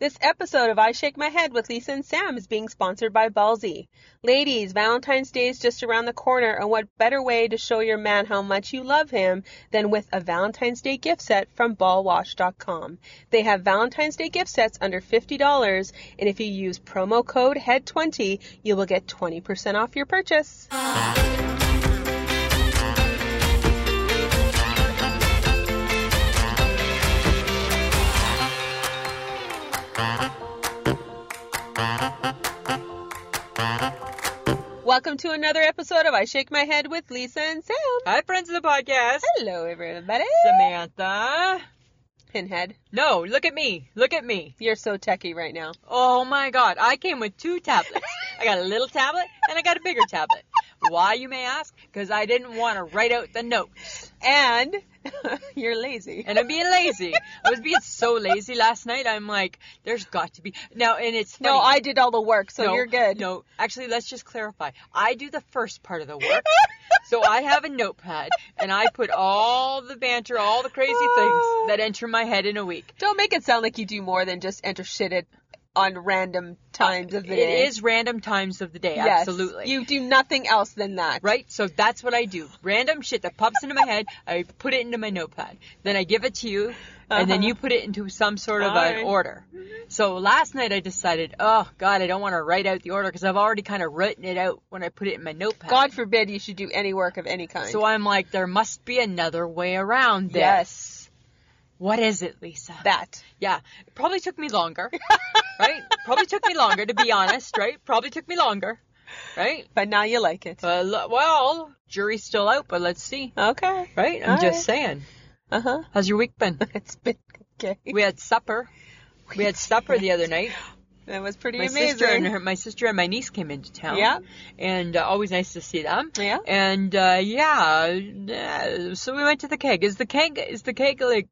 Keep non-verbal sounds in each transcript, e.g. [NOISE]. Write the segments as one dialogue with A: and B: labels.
A: This episode of I Shake My Head with Lisa and Sam is being sponsored by Ballsy. Ladies, Valentine's Day is just around the corner, and what better way to show your man how much you love him than with a Valentine's Day gift set from ballwash.com. They have Valentine's Day gift sets under $50, and if you use promo code E HEAD20, you will get 20% off your purchase. Welcome to another episode of I Shake My Head with Lisa and Sam.
B: Hi, friends of the podcast.
A: Hello, everybody.
B: Samantha.
A: Pinhead,
B: No, look at me. Look at me.
A: you're so techie right now.
B: Oh my god, I came with two tablets. I got a little tablet and I got a bigger tablet. Why, you may ask? Because I didn't want to write out the notes.
A: And [LAUGHS] you're lazy.
B: And I'm being lazy. I was being so lazy last night. I'm like, there's got to be. Now, and it's funny.
A: [LAUGHS] No, I did all the work, so
B: No,
A: you're good.
B: No, actually, let's just clarify. I do the first part of the work. So I have a notepad and I put all the banter, all the crazy
A: [SIGHS]
B: things that enter my head in a week.
A: [LAUGHS] Don't make it sound like you do more than just enter shit at on random times of the day.
B: It is random times of the day,
A: Yes.
B: absolutely.
A: You do nothing else than that.
B: right? So that's what I do. Random shit that pops into my head, I put it into my notepad. Then I give it to you, and then
A: Uh-huh.
B: you put it into some sort of
A: Fine.
B: an order. So last night I decided, oh god, I don't want to write out the order because I've already kind of written it out when I put it in my notepad.
A: God forbid you should do any work of any kind.
B: So I'm like, there must be another way around this.
A: yes.
B: What is it, Lisa?
A: That.
B: Yeah, it probably took
A: [LAUGHS]
B: me longer, right? Probably took me longer to be honest, right? Probably took me longer, right?
A: But now you like it.
B: Uh, l- well, jury's still out, but let's see.
A: Okay.
B: Right? I'm
A: All
B: just saying.
A: Uh huh.
B: How's your week been?
A: [LAUGHS] It's been okay.
B: We had supper. We had supper the other night.
A: That was pretty
B: My
A: amazing.
B: sister and her, my sister and my niece came into town.
A: Yeah.
B: And uh, always nice to see them.
A: Yeah.
B: And uh, yeah, uh, so we went to the keg. Is the keg is the keg like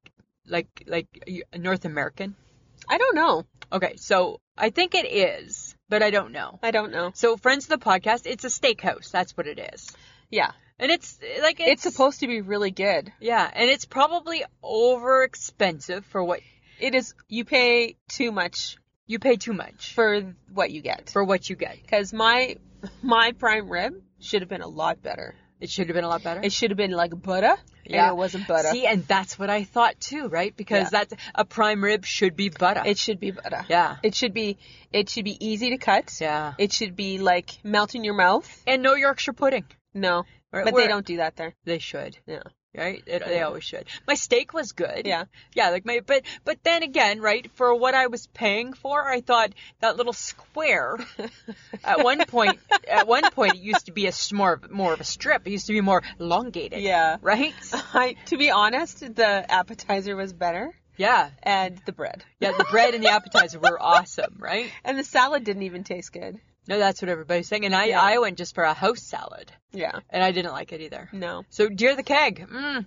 B: like like uh, North American?
A: I don't know.
B: Okay, so I think it is, but I don't know.
A: I don't know.
B: So friends of the podcast, it's a steakhouse. That's what it is.
A: Yeah.
B: And it's uh, like
A: It's, supposed to be really good.
B: Yeah, and it's probably over expensive for what
A: It is. You pay too much
B: you pay too much for,
A: for what you get.
B: for what you get.
A: Because my my prime rib should have been a lot better.
B: It should have been a lot better.
A: It should have been like butter,
B: Yeah.
A: and it wasn't butter.
B: See, and that's what I thought too, right? Because
A: Yeah.
B: that's a prime rib should be butter.
A: it should be butter.
B: yeah.
A: It should be it should be easy to cut.
B: yeah.
A: It should be like melt in your mouth.
B: and no Yorkshire pudding.
A: No,
B: Right,
A: but
B: where-
A: they don't do that there.
B: They should.
A: Yeah.
B: Right? It, They always should. My steak was good.
A: Yeah.
B: Yeah, like my but but then again, right, for what I was paying for, I thought that little square at one
A: [LAUGHS]
B: point at one point it used to be a s- more of- more of a strip. It used to be more elongated.
A: Yeah. [LAUGHS]
B: Right?
A: I to be honest, the appetizer was better
B: Yeah.
A: and the bread.
B: Yeah, the bread and the appetizer were awesome, right?
A: And the salad didn't even taste good.
B: No, that's what everybody's saying. And I,
A: Yeah.
B: I went just for a house salad,
A: Yeah.
B: and I didn't like it either. [LAUGHS]
A: No.
B: So, dear the keg, mm,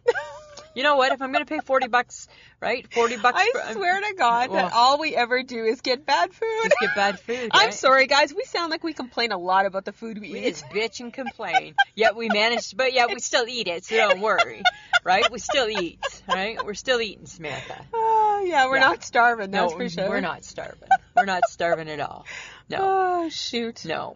B: you know what? If I'm gonna pay forty bucks, right? Forty bucks.
A: I
B: for- um,
A: swear to God
B: Ugh.
A: that all we ever do is get bad food.
B: just
A: [LAUGHS]
B: get bad food.
A: I'm
B: right?
A: sorry, guys. We sound like we complain a lot about the food we
B: We
A: eat.
B: just bitch and complain, yet we manage, but yet we still eat it. So
A: [LAUGHS]
B: don't worry, right? We still eat, right? We're still eating, Samantha.
A: Oh, yeah, we're
B: Yeah.
A: not starving.
B: No,
A: That's for sure.
B: we're not starving. We're not starving at all. No,
A: Oh shoot.
B: no.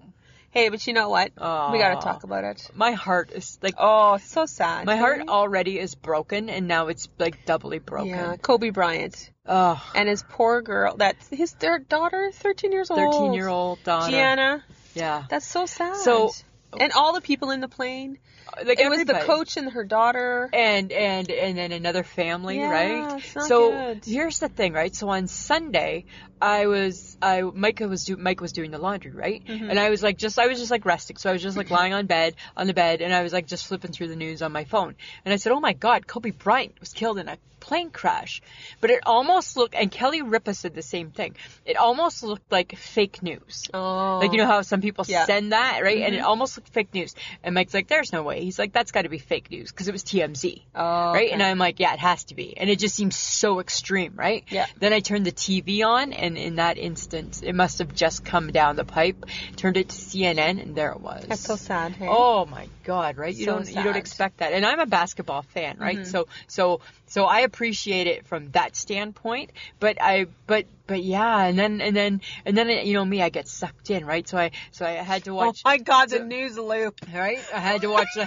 A: Hey, but you know what? We
B: Aw.
A: gotta talk about it.
B: My heart is like
A: Oh, so sad.
B: My heart
A: Really?
B: already is broken, and now it's like doubly broken.
A: Yeah, Kobe Bryant
B: Oh,
A: and his poor girl. That's his third daughter, thirteen years old.
B: 13 year old daughter.
A: Gianna.
B: Yeah.
A: That's so sad.
B: So-
A: and all the people in the plane.
B: Like
A: It was the
B: everybody.
A: coach and her daughter.
B: And and and then another family,
A: Yeah,
B: right?
A: it's not
B: so
A: good.
B: here's the thing, right? So on Sunday, I was I Micah was do Mike was doing the laundry, right?
A: Mm-hmm.
B: And I was like just I was just like resting, so I was
A: [LAUGHS]
B: just like lying on bed on the bed, and I was like just flipping through the news on my phone, and I said, oh my God, Kobe Bryant was killed in a plane crash, but it almost looked and Kelly Ripa said the same thing. It almost looked like fake news.
A: Oh,
B: Like you know how some people
A: Yeah. Mm-hmm.
B: send that, right? And it almost looked fake news. And Mike's like, "There's no way." He's like, "That's got to be fake news because it was TMZ."
A: Oh,
B: right?
A: okay.
B: And I'm like, "Yeah, it has to be." And it just seems so extreme, right?
A: Yeah.
B: Then I turned the TV on, and in that instance, it must have just come down the pipe. Turned it to CNN, and there it was.
A: that's so sad. Hey?
B: Oh my God! Right? You
A: So
B: don't you don't
A: sad. Mm-hmm.
B: expect that. And I'm a basketball fan, right? So so So I appreciate it from that standpoint, but I, but, but yeah, and then, and then, and then, you know, me, I get sucked in, right? So I, so I had to
A: [LAUGHS]
B: watch,
A: oh my God, the
B: so-
A: news loop. [LAUGHS]
B: right? I had to watch, uh,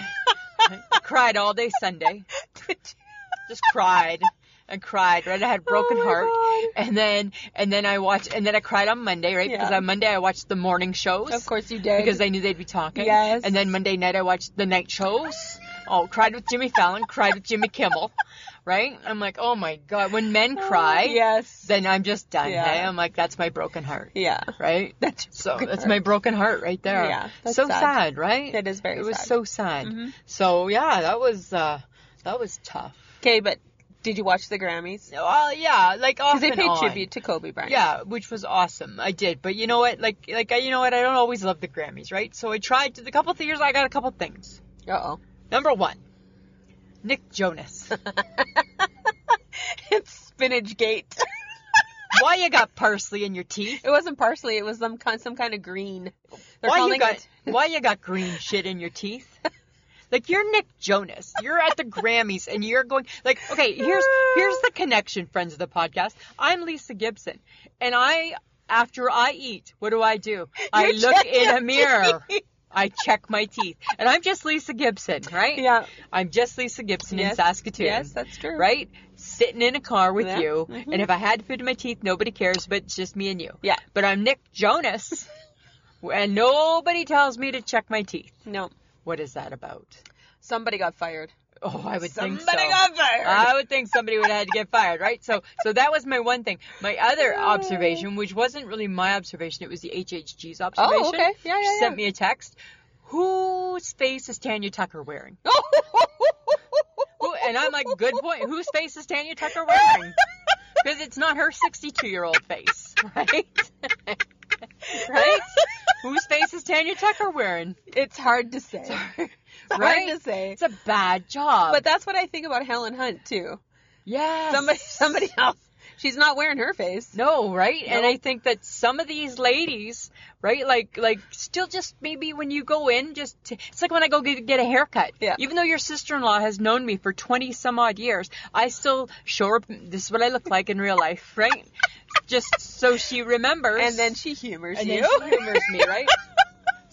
B: I cried all day Sunday, just cried and cried, right? I had broken
A: Oh my
B: heart.
A: God.
B: And then, and then I watched, and then I cried on Monday, right?
A: Yeah.
B: Because on Monday I watched the morning shows.
A: Of course you did.
B: Because I knew they'd be talking.
A: Yes.
B: And then Monday night I watched the night shows. Oh, cried with Jimmy Fallon, cried with Jimmy Kimmel, [LAUGHS] right? I'm like, oh my god, when men cry,
A: Oh, Yes.
B: then I'm just done.
A: Yeah.
B: Hey, I'm like, that's my broken heart,
A: [LAUGHS] yeah.
B: right?
A: That's
B: So
A: broken
B: that's
A: heart.
B: my broken heart right there.
A: Yeah, that's
B: so
A: sad.
B: sad. right?
A: It is very
B: It was
A: sad. Mm-hmm.
B: so sad. Mm-hmm. So yeah, that was uh, that was tough.
A: Okay, but did you watch the Grammys?
B: Well, yeah, like
A: Because
B: off
A: they
B: and
A: paid
B: on.
A: tribute to Kobe Bryant.
B: Yeah, which was awesome. I did, but you know what? Like, like I- you know what? I don't always love the Grammys, right? So I tried to. The couple of years, I got a couple things.
A: Uh oh.
B: Number one, Nick Jonas.
A: [LAUGHS] it's Spinach Gate. [LAUGHS]
B: Why you got parsley in your teeth?
A: It wasn't parsley. It was some kind, some kind of green. They're
B: Why
A: calling
B: you got
A: it.
B: why you got green shit in your teeth? Like you're Nick Jonas. You're at the Grammys and you're going like okay, here's here's the connection, friends of the podcast. I'm Lisa Gibson. And I after I eat, what do I do? I
A: You
B: look
A: check
B: in
A: your
B: a mirror. I check my teeth. And I'm just Lisa Gibson, right?
A: Yeah.
B: I'm just Lisa Gibson in
A: Yes.
B: Saskatoon.
A: Yes, that's true.
B: Right? Sitting in a car with
A: Yeah.
B: you.
A: Mhm.
B: And if I had food in my teeth, nobody cares, but it's just me and you.
A: Yeah.
B: But I'm Nick Jonas. [LAUGHS] and nobody tells me to check my teeth.
A: No.
B: What is that about?
A: Somebody got fired.
B: Oh, I would
A: Somebody
B: think so. Uh,
A: got fired.
B: I would think somebody would have had to get fired, right? So, so that was my one thing. My other observation, which wasn't really my observation, it was the HHG's observation.
A: Oh, okay. Yeah, yeah,
B: She
A: [LAUGHS]
B: sent
A: yeah.
B: me a text. Whose face is Tanya Tucker wearing? Who- And I'm like, good point. Whose face is Tanya Tucker wearing? Because it's not her 62 year old face, [LAUGHS] right? right? Whose face is Tanya Tucker wearing?
A: [LAUGHS] It's hard to say. It's
B: [LAUGHS] Right? Um,
A: hard to say.
B: It's a bad job.
A: But that's what I think about Helen Hunt too.
B: yeah,
A: Somebody, somebody else. She's not wearing her face.
B: No, right? And
A: No.
B: I think that some of these ladies, right, like like still just maybe when you go in, just t- it's like when I go get, get a haircut.
A: Yeah.
B: Even though your sister-in-law has known me for 20 some odd years, I still show her this is what I look like in real life, [LAUGHS] right? just so she remembers.
A: And then she humors
B: and
A: you.
B: then she humors me, right?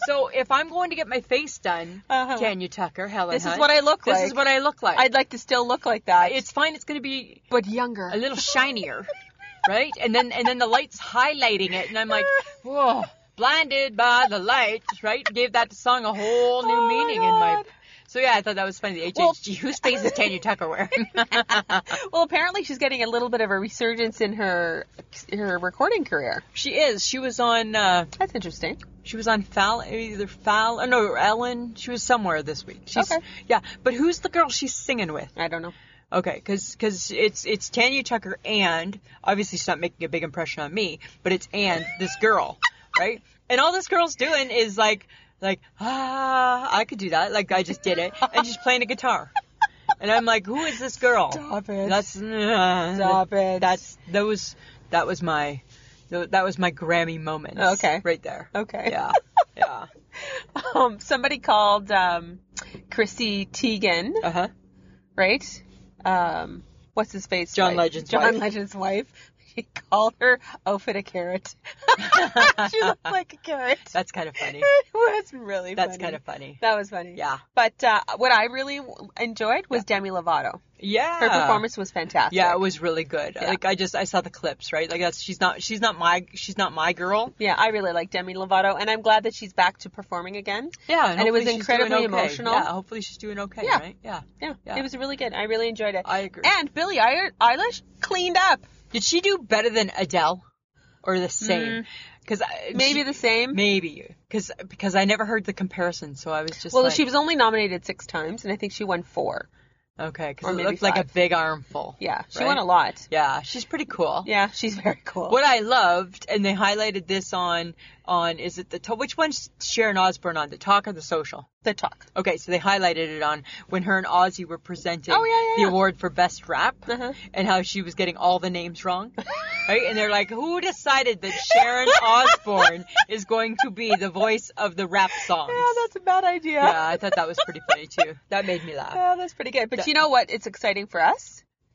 B: So if I'm going to get my face done,
A: [LAUGHS] Uh-huh.
B: Tanya Tucker, Helen
A: This is
B: Hunt,
A: what I look
B: this
A: like.
B: is what I look like.
A: I'd like to still look like that.
B: it's fine. It's going to be
A: but younger.
B: a little shinier, [LAUGHS] right? And then and then the light's highlighting it, and I'm like, whoa, blinded by the light, right? Gave that song a whole new
A: Oh my
B: meaning in my.
A: God.
B: So yeah, I thought that was funny. The
A: Well-
B: [LAUGHS] HHG, whose face is Tanya Tucker wearing? [LAUGHS]
A: Well, apparently she's getting a little bit of a resurgence in her her recording career.
B: she is. She was on. Uh,
A: That's interesting.
B: she was on Fallon, either Fallon, no, or Ellen. She was somewhere this week. She's,
A: Okay.
B: Yeah, but who's the girl she's singing with?
A: I don't know.
B: Okay, because it's it's Tanya Tucker and obviously she's not making a big impression on me, but it's and this girl, right? And all this girl's doing is like like ah, I could do that. Like I just did it, and she's playing a guitar, [LAUGHS] and I'm like, who is this girl?
A: Stop it.
B: That's uh,
A: Stop it.
B: That's that was that was my that was my Grammy moment.
A: Oh, Okay.
B: right there.
A: Okay.
B: Yeah, yeah.
A: [LAUGHS] Um, somebody called um, Chrissy Teigen,
B: Uh huh.
A: right? Um, what's his face?
B: John
A: wife?
B: Legend's
A: John
B: wife.
A: Legend's wife. He called her Ophid a
B: [LAUGHS]
A: carrot. [LAUGHS] she looked like a carrot.
B: That's kind of
A: [LAUGHS]
B: funny.
A: it was really
B: That's
A: funny.
B: kind of funny.
A: That was funny.
B: Yeah.
A: But uh, what I really w- enjoyed was Demi Lovato.
B: Yeah.
A: Her performance was fantastic.
B: Yeah, it was really good.
A: Yeah.
B: Like I just I saw the clips, right? Like that's she's not she's not my she's not my girl.
A: Yeah, I really like Demi Lovato, and I'm glad that she's back to performing again.
B: Yeah,
A: And it was
B: hopefully she's doing
A: incredibly
B: okay.
A: emotional.
B: Yeah, hopefully she's doing okay,
A: Yeah.
B: right? Yeah.
A: Yeah,
B: Yeah.
A: it was really good. I really enjoyed it.
B: I agree.
A: And Billie Eil- Eilish cleaned up.
B: Did she do better than Adele or the same? Cuz
A: Maybe the same.
B: maybe cuz because I never heard the comparison, so I was just
A: well,
B: like,
A: she was only nominated six times, and I think she won four.
B: okay cuz
A: or
B: it
A: maybe
B: looked like a
A: five.
B: big armful.
A: Yeah, she
B: right?
A: won a lot.
B: Yeah, she's pretty cool.
A: Yeah, she's very cool.
B: What I loved, and they highlighted this on on is it the to- which one's Sharon Osbourne on the talk or the social?
A: the talk.
B: Okay, so they highlighted it on when her and Ozzy were presenting
A: Oh, yeah, yeah, yeah.
B: the award for best rap
A: Uh-huh.
B: and how she was getting all the names wrong. right? And they're like, who decided that
A: [LAUGHS]
B: Sharon Osbourne is going to be the voice of the rap songs?
A: [LAUGHS] Yeah, that's a bad idea. Oh,
B: Yeah, I thought that was pretty funny too. That made me laugh.
A: Yeah, that's pretty good. But you know what? It's exciting for us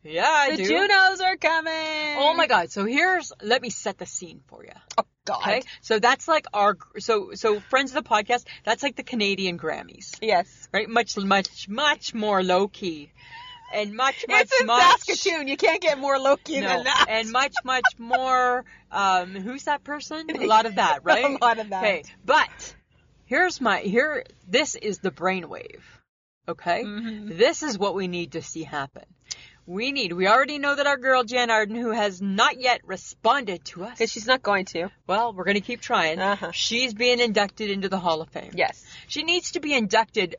B: Yeah, I
A: the
B: do.
A: Junos are coming.
B: Oh my god. So here's let me set the scene for you.
A: Oh, god.
B: Okay? So that's like our so so friends of the podcast, that's like the Canadian Grammys.
A: Yes.
B: Right? Much much much more low key. And much much
A: It's in
B: much
A: Saskatoon. You can't get more Loki
B: no,
A: than that.
B: and much
A: [LAUGHS]
B: much more um who's that person? A lot of that, right?
A: [LAUGHS] A lot of that.
B: Okay. But here's my here this is the brainwave. Okay?
A: Mm-hmm.
B: This is what we need to see happen. We need we already know that our girl Jan Arden who has not yet responded to us.
A: Because she's not going to.
B: Well, we're going to keep trying.
A: Uh-huh.
B: She's being inducted into the Hall of Fame.
A: Yes.
B: She needs to be inducted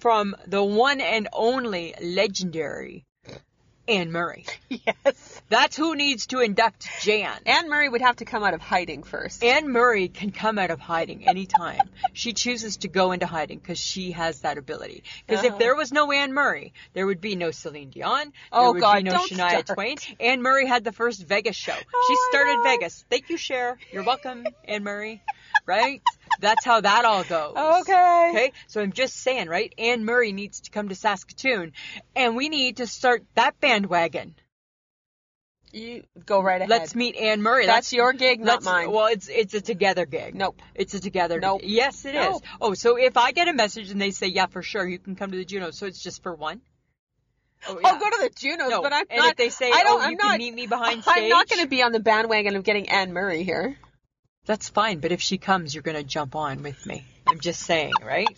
B: from the one and only legendary Anne Murray.
A: Yes.
B: That's who needs to induct Jan.
A: Anne Murray would have to come out of hiding first.
B: Anne Murray can come out of hiding anytime. she chooses to go into hiding because she has that ability. Because
A: Uh-huh.
B: if there was no Anne Murray, there would be no Celine Dion.
A: Oh,
B: there would
A: God,
B: be no
A: don't
B: Shania
A: start.
B: Twain. Anne Murray had the first Vegas show. she
A: Oh, my
B: started
A: God.
B: Vegas. Thank you, Cher. You're welcome, Anne Murray. Right? That's how that all goes.
A: Okay.
B: Okay, so I'm just saying, right? Anne Murray needs to come to Saskatoon, and we need to start that bandwagon.
A: You go right ahead.
B: Let's meet Anne Murray.
A: That's your gig, not
B: let's-
A: mine.
B: Well, it's it's a together gig.
A: Nope.
B: It's a together.
A: Nope.
B: Yes, it is.
A: Nope.
B: Oh, so if I get a message and they say, "Yeah, for sure, you can come to the Juno," so it's just for one. Oh,
A: I'll go to the Junos,
B: No,
A: but I'm
B: and
A: not.
B: if they say,
A: I don't,
B: "Oh,
A: I'm
B: you
A: not,
B: can meet me behind
A: I'm not
B: stage?"
A: going to be on the bandwagon of getting Anne Murray here.
B: That's fine, but if she comes, you're gonna jump on with me. I'm just saying, right?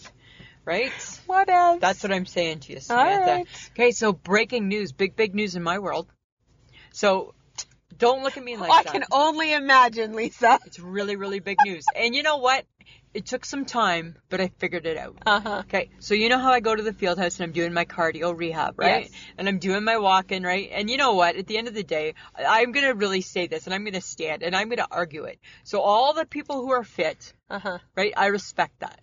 B: Right?
A: What else?
B: That's what I'm saying to you, Samantha.
A: right.
B: Okay, so breaking news, big big news in my world. So don't look at me like
A: I
B: that.
A: can only imagine, Lisa.
B: It's really, really big news. And you know what? It took some time, but I figured it out.
A: Uh huh.
B: Okay, so you know how I go to the field house and I'm doing my cardio rehab, right?
A: Yes.
B: And I'm doing my walking, right? And you know what? At the end of the day, I- I'm going to really say this and I'm going to stand and I'm going to argue it. So all the people who are fit,
A: Uh huh.
B: right? I respect that.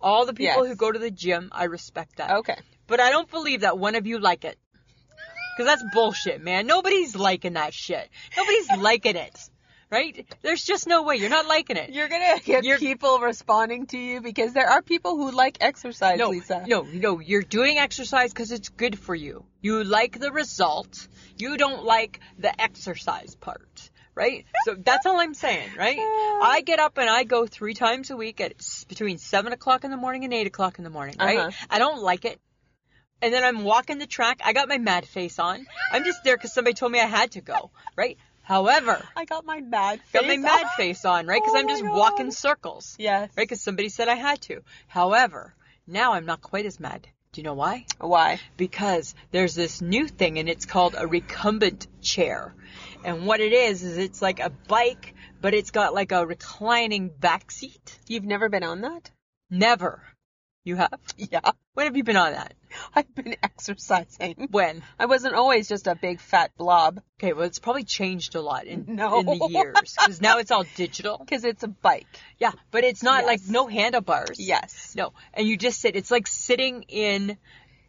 B: All the people
A: Yes.
B: who go to the gym, I respect that.
A: Okay.
B: But I don't believe that one of you like it. Cause that's bullshit, man. Nobody's liking that shit. Nobody's liking it. Right? There's just no way. You're not liking it.
A: You're gonna get
B: You're-
A: people responding to you because there are people who like exercise,
B: no,
A: Lisa.
B: no, no. You're doing exercise because it's good for you. You like the result. You don't like the exercise part, right? So that's all I'm saying,
A: [LAUGHS]
B: right? I get up and I go three times a week at s- between seven o'clock in the morning and eight o'clock in the morning, right?
A: Uh-huh.
B: I don't like it. And then I'm walking the track. I got my mad face on. I'm just there because somebody told me I had to go, right? However,
A: I got my mad face.
B: got my mad face on, right? Because
A: Oh
B: I'm
A: my
B: just
A: God.
B: walking circles
A: Yes.
B: right? Because somebody said I had to. However, now I'm not quite as mad. Do you know why?
A: Why?
B: Because there's this new thing and it's called a recumbent chair. And what it is, is it's like a bike, but it's got like a reclining back seat.
A: You've never been on that? [LAUGHS]
B: Never. You have? [LAUGHS]
A: Yeah.
B: When have you been on that?
A: I've been exercising.
B: When?
A: I wasn't always just a big fat blob
B: Okay, well, it's probably changed a lot in,
A: No.
B: in the years. Because now it's all digital.
A: because it's a bike.
B: Yeah, but it's not like
A: Yes.
B: no handlebars.
A: Yes.
B: No, and you just sit. It's like sitting in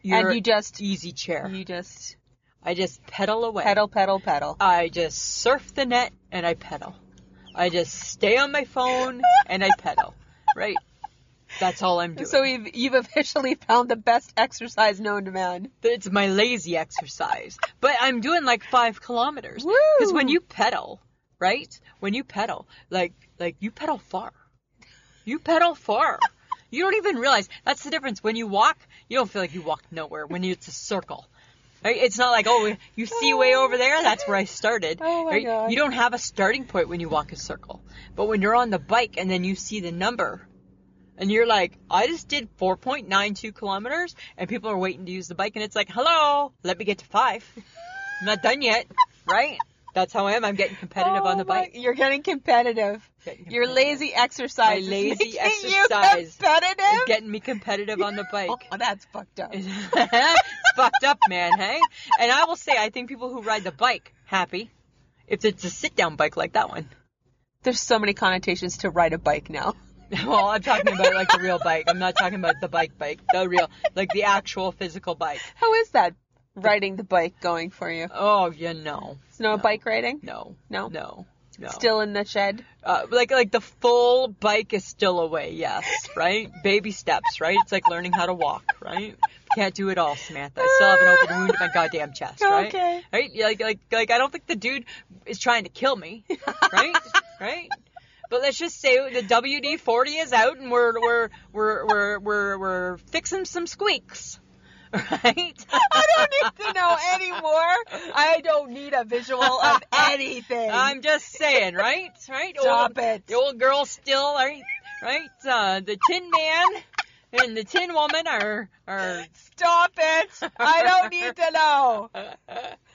B: your
A: and you just
B: easy chair.
A: you just
B: I just pedal away.
A: pedal, pedal, pedal.
B: I just surf the net and I pedal. I just stay on my phone and I pedal. Right? That's all I'm
A: [LAUGHS]
B: doing.
A: so you've you've officially found the best exercise known to man.
B: it's my lazy exercise. But I'm doing like five kilometers.
A: Woo!
B: Because when you pedal, right? When you pedal, like like you pedal far. You pedal far. You don't even realize that's the difference. When you walk, you don't feel like you walk nowhere. When you, it's a circle, right? It's not like oh, you see way over there. That's where I started.
A: Oh my
B: right?
A: God.
B: You don't have a starting point when you walk a circle. But when you're on the bike and then you see the number, and you're like, I just did 4.92 kilometers, and people are waiting to use the bike, and it's like, hello, let me get to five. I'm not done yet, right? That's how I am. I'm getting competitive
A: Oh
B: on the
A: my-
B: bike.
A: You're getting competitive.
B: Getting
A: Your
B: competitive.
A: lazy exercise.
B: My
A: is
B: lazy
A: making
B: exercise
A: You competitive.
B: It's getting me competitive
A: [LAUGHS]
B: on the bike. [LAUGHS]
A: Oh, that's fucked up.
B: It's fucked up, man, hey? And I will say, I think people who ride the bike happy if it's a sit down bike like that one.
A: There's so many connotations to ride a bike now. [LAUGHS]
B: [LAUGHS] Well, I'm talking about like the real bike. I'm not talking about the bike bike, the real, like the actual physical bike.
A: How is that riding the bike going for you?
B: Oh, you know,
A: It's no, bike riding?
B: no,
A: No?
B: no. No.
A: Still in the shed.
B: Uh, like like the full bike is still away. Yes, right. Baby steps. Right. It's like learning how to walk. Right. Can't do it all, Samantha. I still have an open wound in my goddamn chest. Right.
A: Okay.
B: Right. Yeah, Like like like I don't think the dude is trying to kill me. Right.
A: [LAUGHS]
B: right. But let's just say the WD forty is out and we're we're we're we're we're, we're fixing some squeaks. Right.
A: I don't need to know anymore. I don't need a visual of anything.
B: [LAUGHS] I'm just saying, right? Right?
A: Stop
B: old,
A: it.
B: The old girl still, right? Right? Uh, the Tin Man and the Tin Woman are are.
A: Stop it. I don't need to know.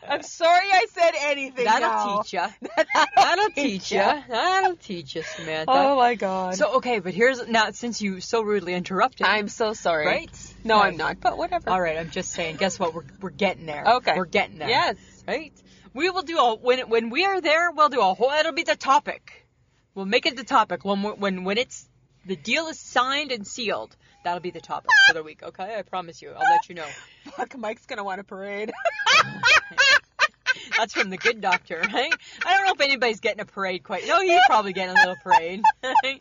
A: I'm sorry I said anything.
B: That'll
A: now.
B: teach ya.
A: [LAUGHS]
B: That'll teach ya. That'll teach ya, Samantha.
A: Oh my god.
B: so okay, but here's now since you so rudely interrupted.
A: I'm so sorry.
B: right.
A: No, I'm
B: Right.
A: not. But whatever.
B: All right, I'm just saying. Guess what? We're we're getting there.
A: Okay.
B: We're getting there.
A: Yes.
B: Right. We will do a when when we are there. We'll do a whole. It'll be the topic. We'll make it the topic when we're- when when it's the deal is signed and sealed. That'll be the topic for the week. Okay, I promise you. I'll let you know.
A: Fuck, Mike's gonna want a [LAUGHS] parade.
B: That's from the good doctor, [LAUGHS] right? I don't know if anybody's getting a parade quite. No, he's probably getting a little parade. [LAUGHS] right? I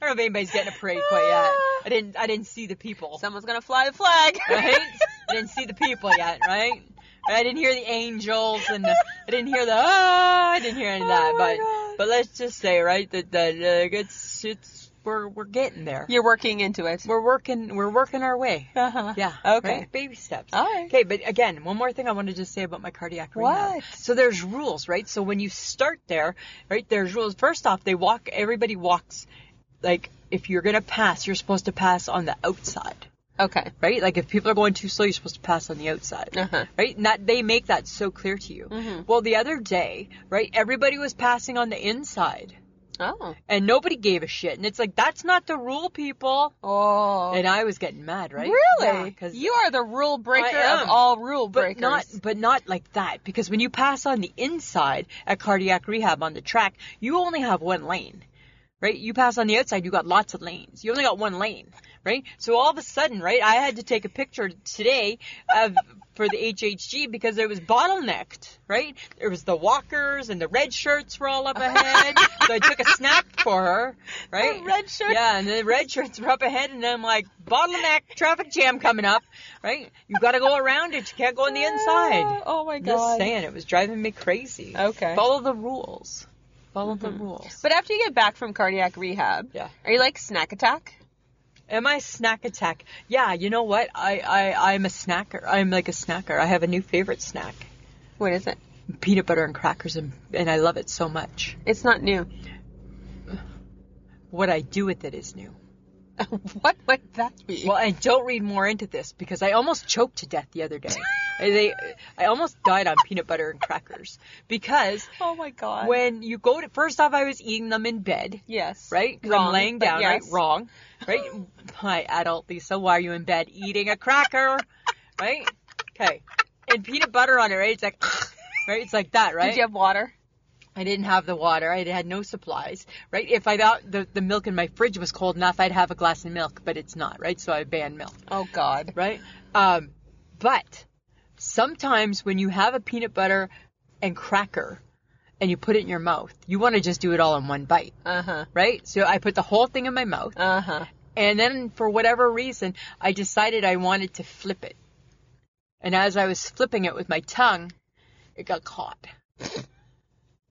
B: don't know if anybody's getting a parade quite yet. I didn't. I didn't see the people.
A: [LAUGHS] Someone's gonna fly the [LAUGHS] flag.
B: right? I didn't see the people yet, right? I didn't hear the angels and the, I didn't hear the ah, I didn't hear any of that.
A: Oh my
B: but
A: God.
B: but let's just say, right, that that uh, it's it's we're we're getting there.
A: You're working into it.
B: We're working we're working our way.
A: Uh-huh.
B: Yeah.
A: Okay.
B: right? Baby steps.
A: All right.
B: Okay, but again, one more thing I wanted to say about my cardiac rehab.
A: What?
B: So there's rules, right? So when you start there, right, there's rules. First off, they walk. Everybody walks. Like if you're gonna pass, you're supposed to pass on the outside
A: Okay.
B: right? Like if people are going too slow, you're supposed to pass on the outside,
A: Uh-huh.
B: right? And that they make that so clear to you.
A: Mm-hmm.
B: Well, the other day, right? Everybody was passing on the inside,
A: Oh.
B: and nobody gave a shit. And it's like that's not the rule, people.
A: Oh.
B: And I was getting mad, right? Yeah,
A: really?
B: 'cause-
A: you are the rule breaker
B: I
A: of
B: am.
A: all rule
B: but
A: breakers.
B: not, but not like that. Because when you pass on the inside at cardiac rehab on the track, you only have one lane, right? You pass on the outside, you got lots of lanes. You only got one lane, right? So all of a sudden, right? I had to take a picture today of for the HHG because it was bottlenecked, right? There was the walkers and the red shirts were all up ahead. so I took a snap for her,
A: [LAUGHS]
B: right?
A: red shirts.
B: Yeah, and the red shirts were up ahead, and I'm like, bottleneck, traffic jam coming up, right? You got to go around it. You can't go on the inside.
A: Oh my
B: I'm
A: god.
B: just saying, it was driving me crazy.
A: Okay. Mm-hmm.
B: Follow the rules. Follow the rules.
A: But after you get back from cardiac rehab,
B: Yeah.
A: are you like snack attack?
B: Am I snack attack? Yeah, you know what? I, I, I'm a snacker. I'm like a snacker. I have a new favorite snack.
A: What is it?
B: Peanut butter and crackers, and, and I love it so much.
A: It's not new. [LAUGHS]
B: What I do with it is new.
A: what might that be? [LAUGHS]
B: Well, I don't read more into this because I almost choked to death the other day. I- they, I almost died on peanut butter and crackers because
A: oh my god.
B: when you go to first off, I was eating them in bed,
A: yes.
B: right? 'Cause
A: Wrong,
B: I'm laying
A: but
B: down,
A: yes.
B: right? Wrong, right? Hi, adult Lisa, why are you in bed eating a cracker, right? Okay, and peanut butter on it, right? It's like, right? It's like that, right?
A: Did you have water?
B: I didn't have the water. I had no supplies, right? If I thought the, the milk in my fridge was cold enough, I'd have a glass of milk, but it's not, right? So I banned milk
A: Oh god.
B: right? Um, but sometimes when you have a peanut butter and cracker and you put it in your mouth, you want to just do it all in one bite,
A: Uh huh.
B: right? So I put the whole thing in my mouth,
A: Uh huh.
B: and then for whatever reason, I decided I wanted to flip it. And as I was flipping it with my tongue, it got caught.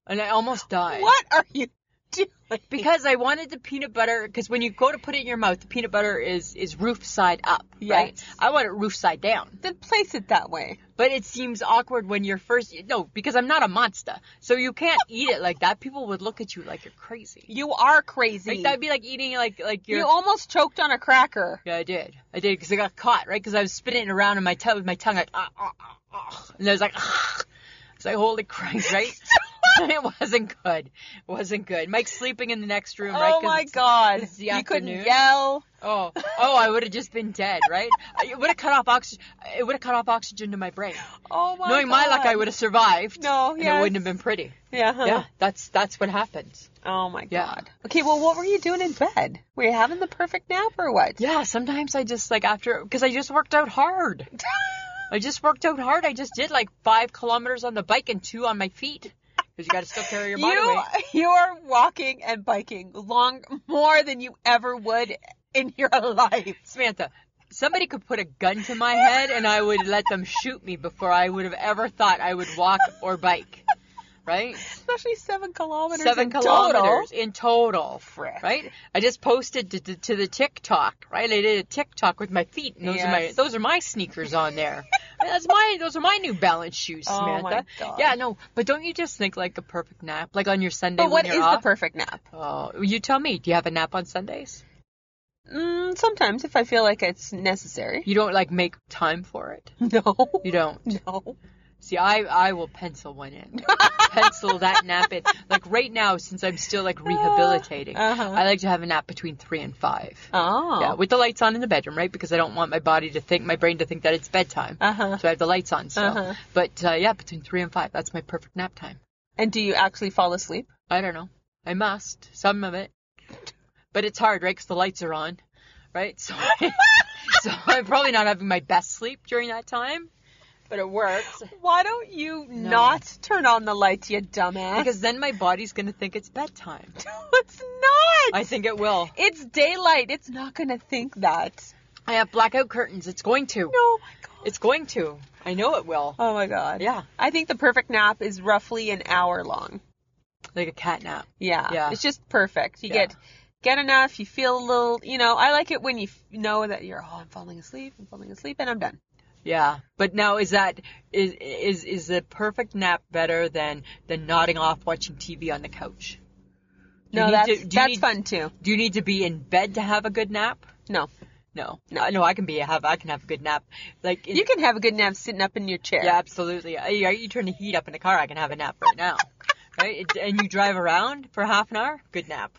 B: And I almost died.
A: What are you [LAUGHS] doing?
B: Because I wanted the peanut butter, because when you go to put it in your mouth, the peanut butter is, is roof side up, right?
A: Yes.
B: I want it roof side down.
A: Then place it that way.
B: But it seems awkward when you're first. No, because I'm not a monster. So you can't eat it like that. People would look at you like you're crazy.
A: You are crazy.
B: Like that'd be like eating like like you're.
A: you almost choked on a cracker.
B: yeah, [LAUGHS] I did. I did because I got caught right because I was spinning it around in my tongue with my tongue like ah ah ah, ah and I was like [LAUGHS] ah. It's like holy Christ, right? [LAUGHS]
A: [LAUGHS]
B: it wasn't good. It wasn't good. Mike's sleeping in the next room, right?
A: oh
B: 'cause
A: my
B: it's-
A: god.
B: it's the
A: you couldn't
B: afternoon.
A: yell.
B: Oh, oh, I would have just been dead, right? It would have cut off oxygen. It would have cut off oxygen to my brain.
A: Oh my
B: Knowing
A: god.
B: my luck, I would have survived.
A: No,
B: and
A: yes.
B: it wouldn't have been pretty.
A: Yeah. huh.
B: [LAUGHS] Yeah, that's that's what happens.
A: Oh my
B: Yeah.
A: god. Okay, well what were you doing in bed? Were you having the perfect nap or what?
B: Yeah, sometimes I just like after because I just worked out hard. I just worked out hard. I just did like five kilometers on the bike and two on my feet. because [LAUGHS] you got to still carry your body
A: You
B: weight.
A: [LAUGHS] you are walking and biking long more than you ever would in your life.
B: Samantha, somebody could put a gun to my head and I would let them shoot me before I would have ever thought I would walk or bike. Right?
A: Especially seven kilometers.
B: Seven
A: in
B: kilometers in total.
A: Total. Frick.
B: Right? I just posted to, to, to the TikTok, right? I did a TikTok with my feet and those are my
A: Yes.
B: those are my sneakers
A: [LAUGHS]
B: on there. And That's my those are my new balance shoes,
A: Oh
B: Samantha.
A: my God.
B: Yeah, no, but don't you just think like a perfect nap, like on your Sunday
A: But
B: when
A: what
B: you're
A: is the
B: off?
A: perfect nap?
B: oh, you tell me. Do you have a nap on Sundays?
A: Mm, sometimes if I feel like it's necessary. [LAUGHS]
B: You don't like make time for it.
A: No.
B: You don't.
A: No.
B: See, I I will pencil one
A: [LAUGHS]
B: in. pencil that nap in. Like right now, since I'm still
A: [LAUGHS] Uh,
B: like rehabilitating,
A: Uh-huh.
B: I like to have a nap between three and five.
A: Oh.
B: Yeah, with the lights on in the bedroom, right? Because I don't want my body to think, my brain to think that it's bedtime.
A: Uh-huh.
B: So I have the lights on still.
A: Uh-huh.
B: But uh, yeah, between three and five, that's my perfect nap time.
A: And do you actually fall asleep?
B: I don't know. I must some of it, but it's hard, right? Because the lights are on, right? [LAUGHS] So, so I'm probably not having my best sleep during that time, but it works.
A: Why don't you not turn on the lights, you dumbass? [LAUGHS]
B: Because then my body's gonna think it's bedtime.
A: it's not.
B: I think it will.
A: It's daylight. It's not going to think that.
B: I have blackout curtains. It's going to.
A: Oh my god.
B: It's going to. I know it will.
A: Oh my god.
B: Yeah.
A: I think the perfect nap is roughly an hour long.
B: Like a cat nap.
A: Yeah.
B: Yeah.
A: It's just perfect. You
B: Yeah.
A: get get enough, you feel a little, you know, I like it when you f- know that you're oh, I'm falling asleep, I'm falling asleep and I'm done.
B: Yeah. But now is that is is is the perfect nap better than than nodding off watching TV on the couch? Do you
A: No,
B: need
A: that's
B: to- do you
A: that's
B: need-
A: fun too.
B: Do you need to be in bed to have a good nap?
A: No.
B: No. Uh, No, no I can be have I can have a good nap. Like in-
A: You can have a good nap sitting up in your chair.
B: Yeah, absolutely. Uh, yeah, you turn the heat up in the car, I can have a nap right now. Right? It, and you drive around for half an hour, good nap.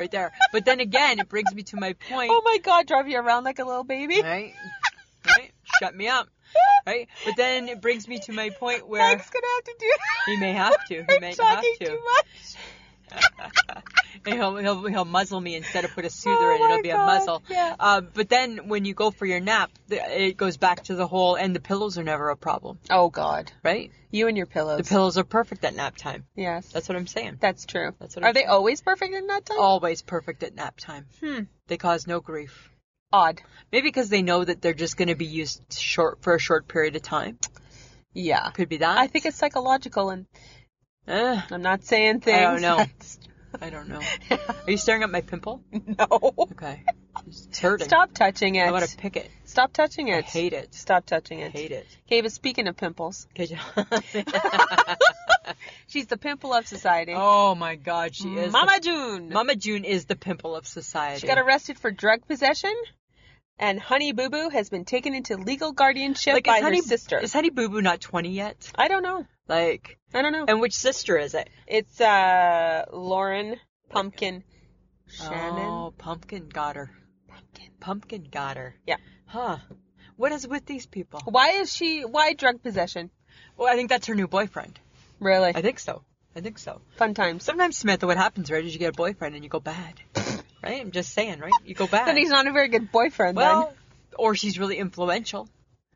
B: Right there. But then again, it brings me to my point.
A: [LAUGHS] Oh my god, drive you around like a little baby.
B: Right? Right? Shut me up.
A: [LAUGHS]
B: Right? But then it brings me to my point where
A: Mike's gonna have to do that.
B: [LAUGHS] He may have to. He
A: [LAUGHS] You're
B: may have
A: talking
B: to.
A: too much.
B: and he'll, he'll, he'll muzzle me instead of put a soother
A: Oh
B: in. It'll
A: my
B: be
A: God,
B: a muzzle.
A: yeah.
B: Uh, but then when you go for your nap, th- it goes back to the whole, and the pillows are never a problem,
A: Oh god.
B: right?
A: You and your pillows.
B: The pillows are perfect at nap time.
A: yes.
B: That's what I'm saying.
A: That's true.
B: That's what
A: Are
B: I'm
A: they
B: saying. Oh.
A: always perfect in that time?
B: Always perfect at nap time.
A: Hmm.
B: They cause no grief.
A: Odd.
B: Maybe because they know that they're just going to be used short for a short period of time.
A: Yeah.
B: Could be that.
A: I think it's psychological, and
B: Eh,
A: I'm not saying things.
B: don't know.
A: that's-
B: I don't know. [LAUGHS] Are you staring at my pimple?
A: no.
B: Okay.
A: [LAUGHS]
B: It's hurting.
A: Stop touching
B: I want
A: it.
B: to pick it.
A: Stop touching
B: I
A: it.
B: hate it.
A: Stop touching
B: I
A: it.
B: hate it.
A: Okay, but speaking of pimples,
B: Could you?
A: [LAUGHS] she's the pimple of society.
B: [LAUGHS] oh my God, she is.
A: Mama
B: the-
A: June.
B: Mama June is the pimple of society.
A: She got arrested for drug possession, and Honey Boo Boo has been taken into legal guardianship
B: like
A: by
B: is Honey
A: her sister.
B: Is Honey Boo Boo not twenty yet?
A: I don't know.
B: Like,
A: I don't know.
B: and which sister is it?
A: It's uh Lauren Pumpkin Shannon.
B: Oh, Pumpkin got her.
A: Pumpkin.
B: Pumpkin got her.
A: Yeah.
B: Huh. What is with these people?
A: Why is she? Why drug possession?
B: Well, I think that's her new boyfriend.
A: Really?
B: I think so. I think so.
A: Fun times.
B: Sometimes Samantha, what happens, right? Is you get a boyfriend and you go bad, right? I'm just saying, right? You go bad.
A: Then he's not a very good boyfriend.
B: well, or she's really influential,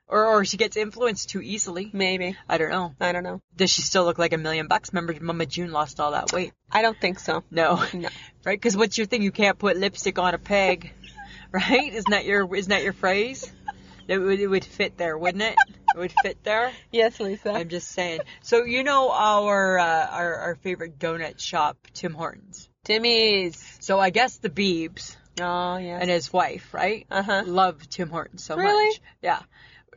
B: or or she gets influenced too easily.
A: then. maybe
B: I don't know.
A: I don't know.
B: Does she still look like a million bucks? Remember, Mama June lost all that weight.
A: I don't think so.
B: No,
A: No.
B: [LAUGHS] right? Because what's your thing? You can't put lipstick on a peg, [LAUGHS] right? Isn't that your isn't that your phrase? It would, it would fit there, wouldn't it? It would fit there.
A: Yes, Lisa.
B: I'm just saying. So you know our uh, our our favorite donut shop, Tim Hortons.
A: Timmy's.
B: So I guess the Beebs
A: Oh yes.
B: and his wife, right?
A: Uh-huh.
B: Love Tim Hortons so
A: Really?
B: much. Yeah.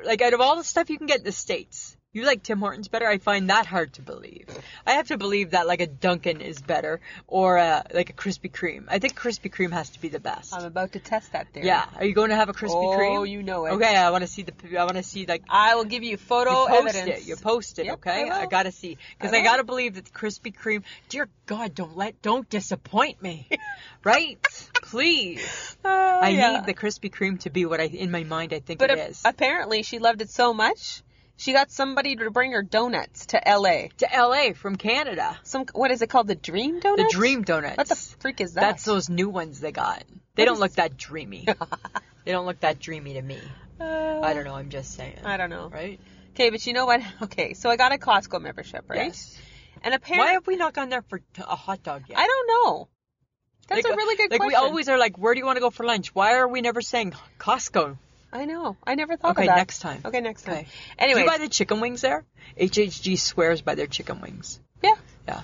B: Like out of all the stuff you can get in the States, you like Tim Hortons better. I find that hard to believe. I have to believe that like a Dunkin' is better or a, like a Krispy Kreme. I think Krispy Kreme has to be the best.
A: I'm about to test that theory.
B: yeah. Are you going to have a Krispy
A: Oh,
B: Kreme?
A: you know it.
B: Okay, I want to see the. I want to see like.
A: I will give you
B: You
A: photo
B: post
A: evidence.
B: it. You post it.
A: Yep,
B: okay.
A: I will.
B: gotta see because
A: I
B: I,
A: will.
B: gotta believe that Krispy Kreme. Dear God, don't let don't
A: [LAUGHS]
B: disappoint me. right? Please.
A: Oh,
B: I
A: yeah.
B: need the Krispy Kreme to be what I in my mind I think
A: But
B: it
A: ap-
B: is.
A: apparently, she loved it so much, she got somebody to bring her donuts to L.A.
B: to LA from Canada.
A: Some what is it called? The Dream Donut.
B: The Dream Donuts.
A: What the freak is that?
B: That's those new ones they got. They
A: What
B: don't
A: is-
B: look that
A: [LAUGHS]
B: dreamy. they don't look that dreamy to me. I don't know, I'm just saying.
A: I don't know.
B: Right?
A: [LAUGHS] Okay, but you know what? Okay, so I got a Costco membership, right?
B: Yes.
A: And
B: Why
A: apparently,
B: have we not gone there for t- a hot dog yet?
A: I don't know. That's
B: Like,
A: a really good
B: like
A: question.
B: we always are like, where do you want to go for lunch? Why are we never saying Costco?
A: I know. I never thought
B: Okay,
A: of that.
B: next time.
A: Okay, next time.
B: Okay.
A: Anyway,
B: Do you buy the chicken wings there? HHG swears by their chicken wings.
A: yeah,
B: Yeah,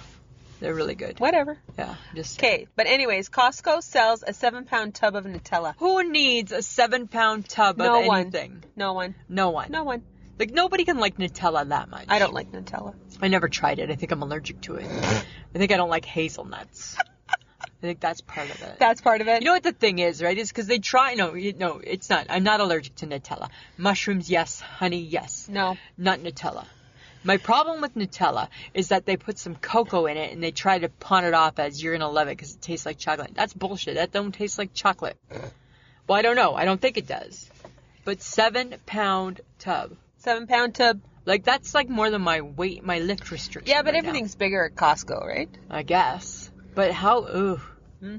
B: they're really good.
A: whatever.
B: Yeah, just
A: Okay, but anyways, Costco sells a seven-pound tub of Nutella.
B: who needs a seven-pound tub
A: No
B: of
A: one.
B: anything?
A: No one.
B: No one.
A: No one.
B: Like nobody can like Nutella that much.
A: I don't like Nutella.
B: I never tried it. I think I'm allergic to it. I think I don't like hazelnuts. I think that's part of it.
A: That's part of it.
B: you know what the thing is, right? Is because they try. No, you- no, it's not. I'm not allergic to Nutella. Mushrooms, yes. Honey, yes.
A: no.
B: Not Nutella. My problem with Nutella is that they put some cocoa in it and they try to pawn it off as you're gonna love it because it tastes like chocolate. That's bullshit. That don't taste like chocolate. Well, I don't know. I don't think it does. But seven pound tub.
A: Seven-pound tub.
B: Like that's like more than my weight, my lift restriction.
A: Yeah, but
B: right now,
A: everything's bigger at Costco, right?
B: I guess. But how? Ooh.
A: Hmm.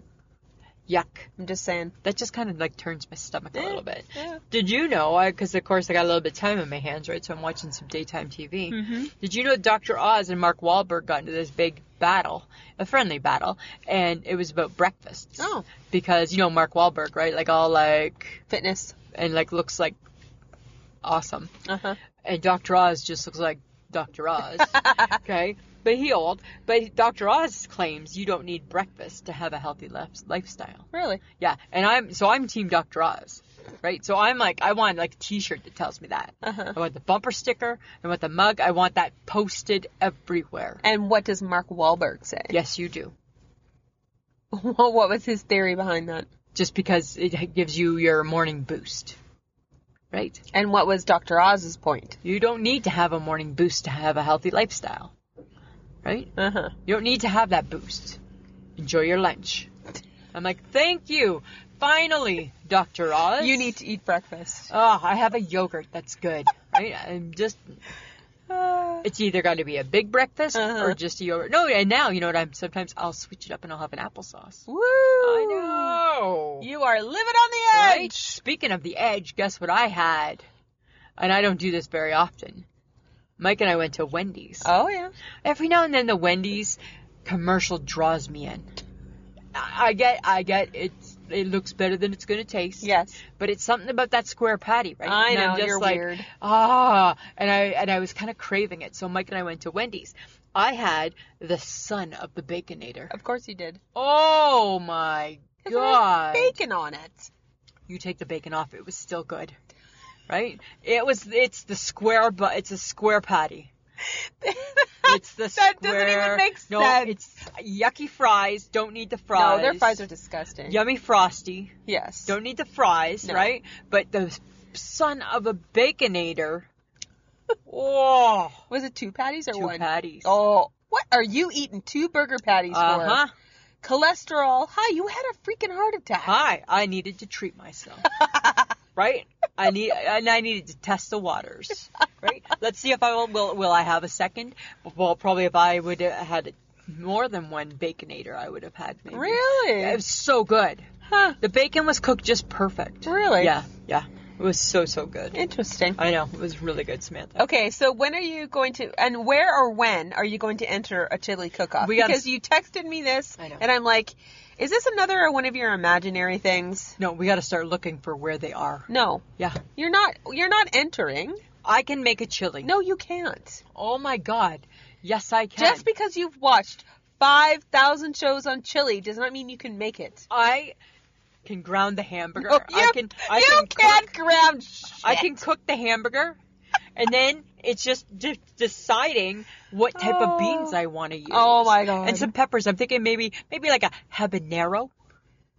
B: Yuck.
A: I'm just saying.
B: That just kind of like turns my stomach a
A: Yeah,
B: little bit.
A: yeah.
B: Did you know? Because of course I got a little bit of time on my hands, right? So I'm watching some daytime TV.
A: Mhm.
B: Did you know Dr. Oz and Mark Wahlberg got into this big battle, a friendly battle, and it was about breakfasts.
A: Oh.
B: Because you know Mark Wahlberg, right? Like all like
A: Fitness.
B: and like looks like awesome,
A: [LAUGHS] Uh-huh.
B: and Dr. Oz just looks like
A: [LAUGHS]
B: Dr. Oz. Okay. But he old. But Dr. Oz claims you don't need breakfast to have a healthy lif- lifestyle.
A: really?
B: Yeah. And I'm so I'm team Dr. Oz. Right? So I'm like I want like a t-shirt that tells me that.
A: Uh-huh.
B: I want the bumper sticker, I want the mug, I want that posted everywhere.
A: And what does Mark Wahlberg say?
B: Yes, you do.
A: [LAUGHS] what was his theory behind that?
B: Just because it gives you your morning boost. Right?
A: And what was Dr. Oz's point?
B: You don't need to have a morning boost to have a healthy lifestyle. Right?
A: Uh-huh.
B: You don't need to have that boost. Enjoy your lunch. I'm like, thank you. Finally, Dr. Oz.
A: You need to eat breakfast.
B: Oh, I have a yogurt that's good. Right? I'm just,
A: Uh,
B: it's either got to be a big breakfast
A: Uh-huh.
B: or just a yogurt. No, and now, you know what I'm, sometimes I'll switch it up and I'll have an applesauce.
A: Woo! Oh.
B: I know.
A: You are living on the edge.
B: Right? Speaking of the edge, guess what I had? And I don't do this very often. Mike and I went to Wendy's.
A: Oh yeah.
B: every now and then the Wendy's commercial draws me in. I I get, I get it's it looks better than it's gonna taste.
A: Yes.
B: But it's something about that square patty, right?
A: I
B: And I'm
A: know,
B: just
A: you're
B: like,
A: weird.
B: Ah, and I and I was kind of craving it, so Mike and I went to Wendy's. I had the son of the Baconator.
A: Of course you did.
B: Oh my
A: 'Cause there was
B: god!
A: bacon on it. [LAUGHS]
B: you take the bacon off, it was still good, right? It was. It's the square, but it's a square patty. It's the
A: [LAUGHS] that
B: square.
A: doesn't even make
B: no,
A: sense.
B: it's yucky fries. Don't need the fries.
A: No, their fries are disgusting.
B: yummy frosty.
A: Yes.
B: Don't need the fries,
A: No.
B: right? But the son of a
A: [LAUGHS]
B: baconator. Oh,
A: Was it two patties or
B: two
A: one?
B: patties.
A: Oh, what are you eating two burger patties
B: uh huh.
A: for? Cholesterol. Hi, you had a freaking heart attack.
B: Hi, I needed to
A: [LAUGHS]
B: treat myself. right? I need and I needed to test the waters. Right? Let's see if I will will, will I have a second? Well, probably if I would have had more than one baconator, I would have had maybe.
A: Really?
B: It was so good.
A: Huh.
B: The bacon was cooked just perfect.
A: Really?
B: Yeah, yeah. It was so so good.
A: Interesting.
B: I know it was really good, Samantha.
A: Okay, so when are you going to, and where or when are you going to enter a chili cook-off?
B: We gotta-
A: because you texted me this,
B: I know.
A: and I'm like, is this another or one of your imaginary things?
B: No, we got to start looking for where they are.
A: No,
B: Yeah,
A: you're not. You're not entering.
B: I can make a chili.
A: No, you can't.
B: Oh my God. Yes, I can.
A: Just because you've watched five thousand shows on chili does not mean you can make it.
B: I can ground the hamburger.
A: No,
B: I
A: Oh, you-
B: can. I
A: you
B: can
A: can't
B: cook-
A: grab. Shit.
B: I can cook the hamburger, and then it's just de- deciding what type of beans
A: Oh.
B: I want to use.
A: Oh my God.
B: And some peppers. I'm thinking maybe maybe like a habanero.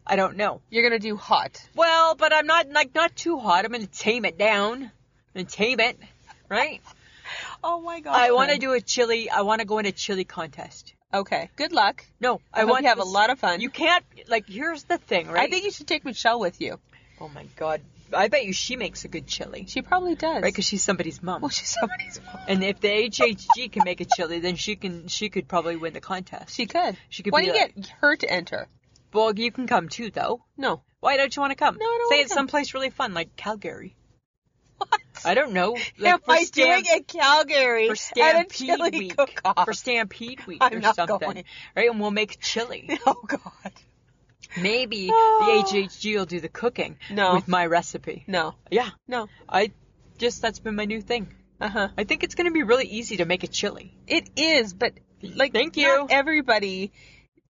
B: I don't know.
A: You're gonna do hot.
B: Well, but I'm not like not too hot. I'm gonna tame it down, and tame it, right?
A: Oh my god.
B: I want to do a chili. I want to go in a chili contest.
A: Okay. Good luck.
B: No,
A: I,
B: I,
A: hope
B: want
A: you have a
B: this-
A: lot of fun.
B: You can't like. Here's the thing, right?
A: I think you should take Michelle with you.
B: Oh my god. I bet you she makes a good chili.
A: She probably does.
B: Right, because she's somebody's mom.
A: well, she's somebody's mom.
B: and if the HHG can make a chili, then she can. She could probably win the contest.
A: She could.
B: She could
A: Why
B: be
A: do you
B: like-
A: get her to enter?
B: well, you can come too, though.
A: No.
B: Why don't you want to come?
A: No, I don't
B: Say
A: wanna
B: it's
A: come.
B: someplace really fun, like Calgary.
A: What? cooks?
B: I don't
A: [LAUGHS]
B: know.
A: am
B: Like for
A: I
B: Stamp-
A: doing in Calgary
B: for
A: at a
B: Stampede
A: chili
B: Week
A: cook-off?
B: for Stampede Week
A: I'm
B: or
A: not
B: something,
A: going.
B: right? And we'll
A: [LAUGHS]
B: make chili.
A: [LAUGHS] oh God,
B: Maybe the
A: Oh.
B: HHG will do the cooking
A: No.
B: with my recipe.
A: no,
B: Yeah,
A: no.
B: I just that's been my new thing.
A: Uh huh.
B: I think it's going to be really easy to make a chili.
A: It is, but like,
B: Thank you.
A: Not everybody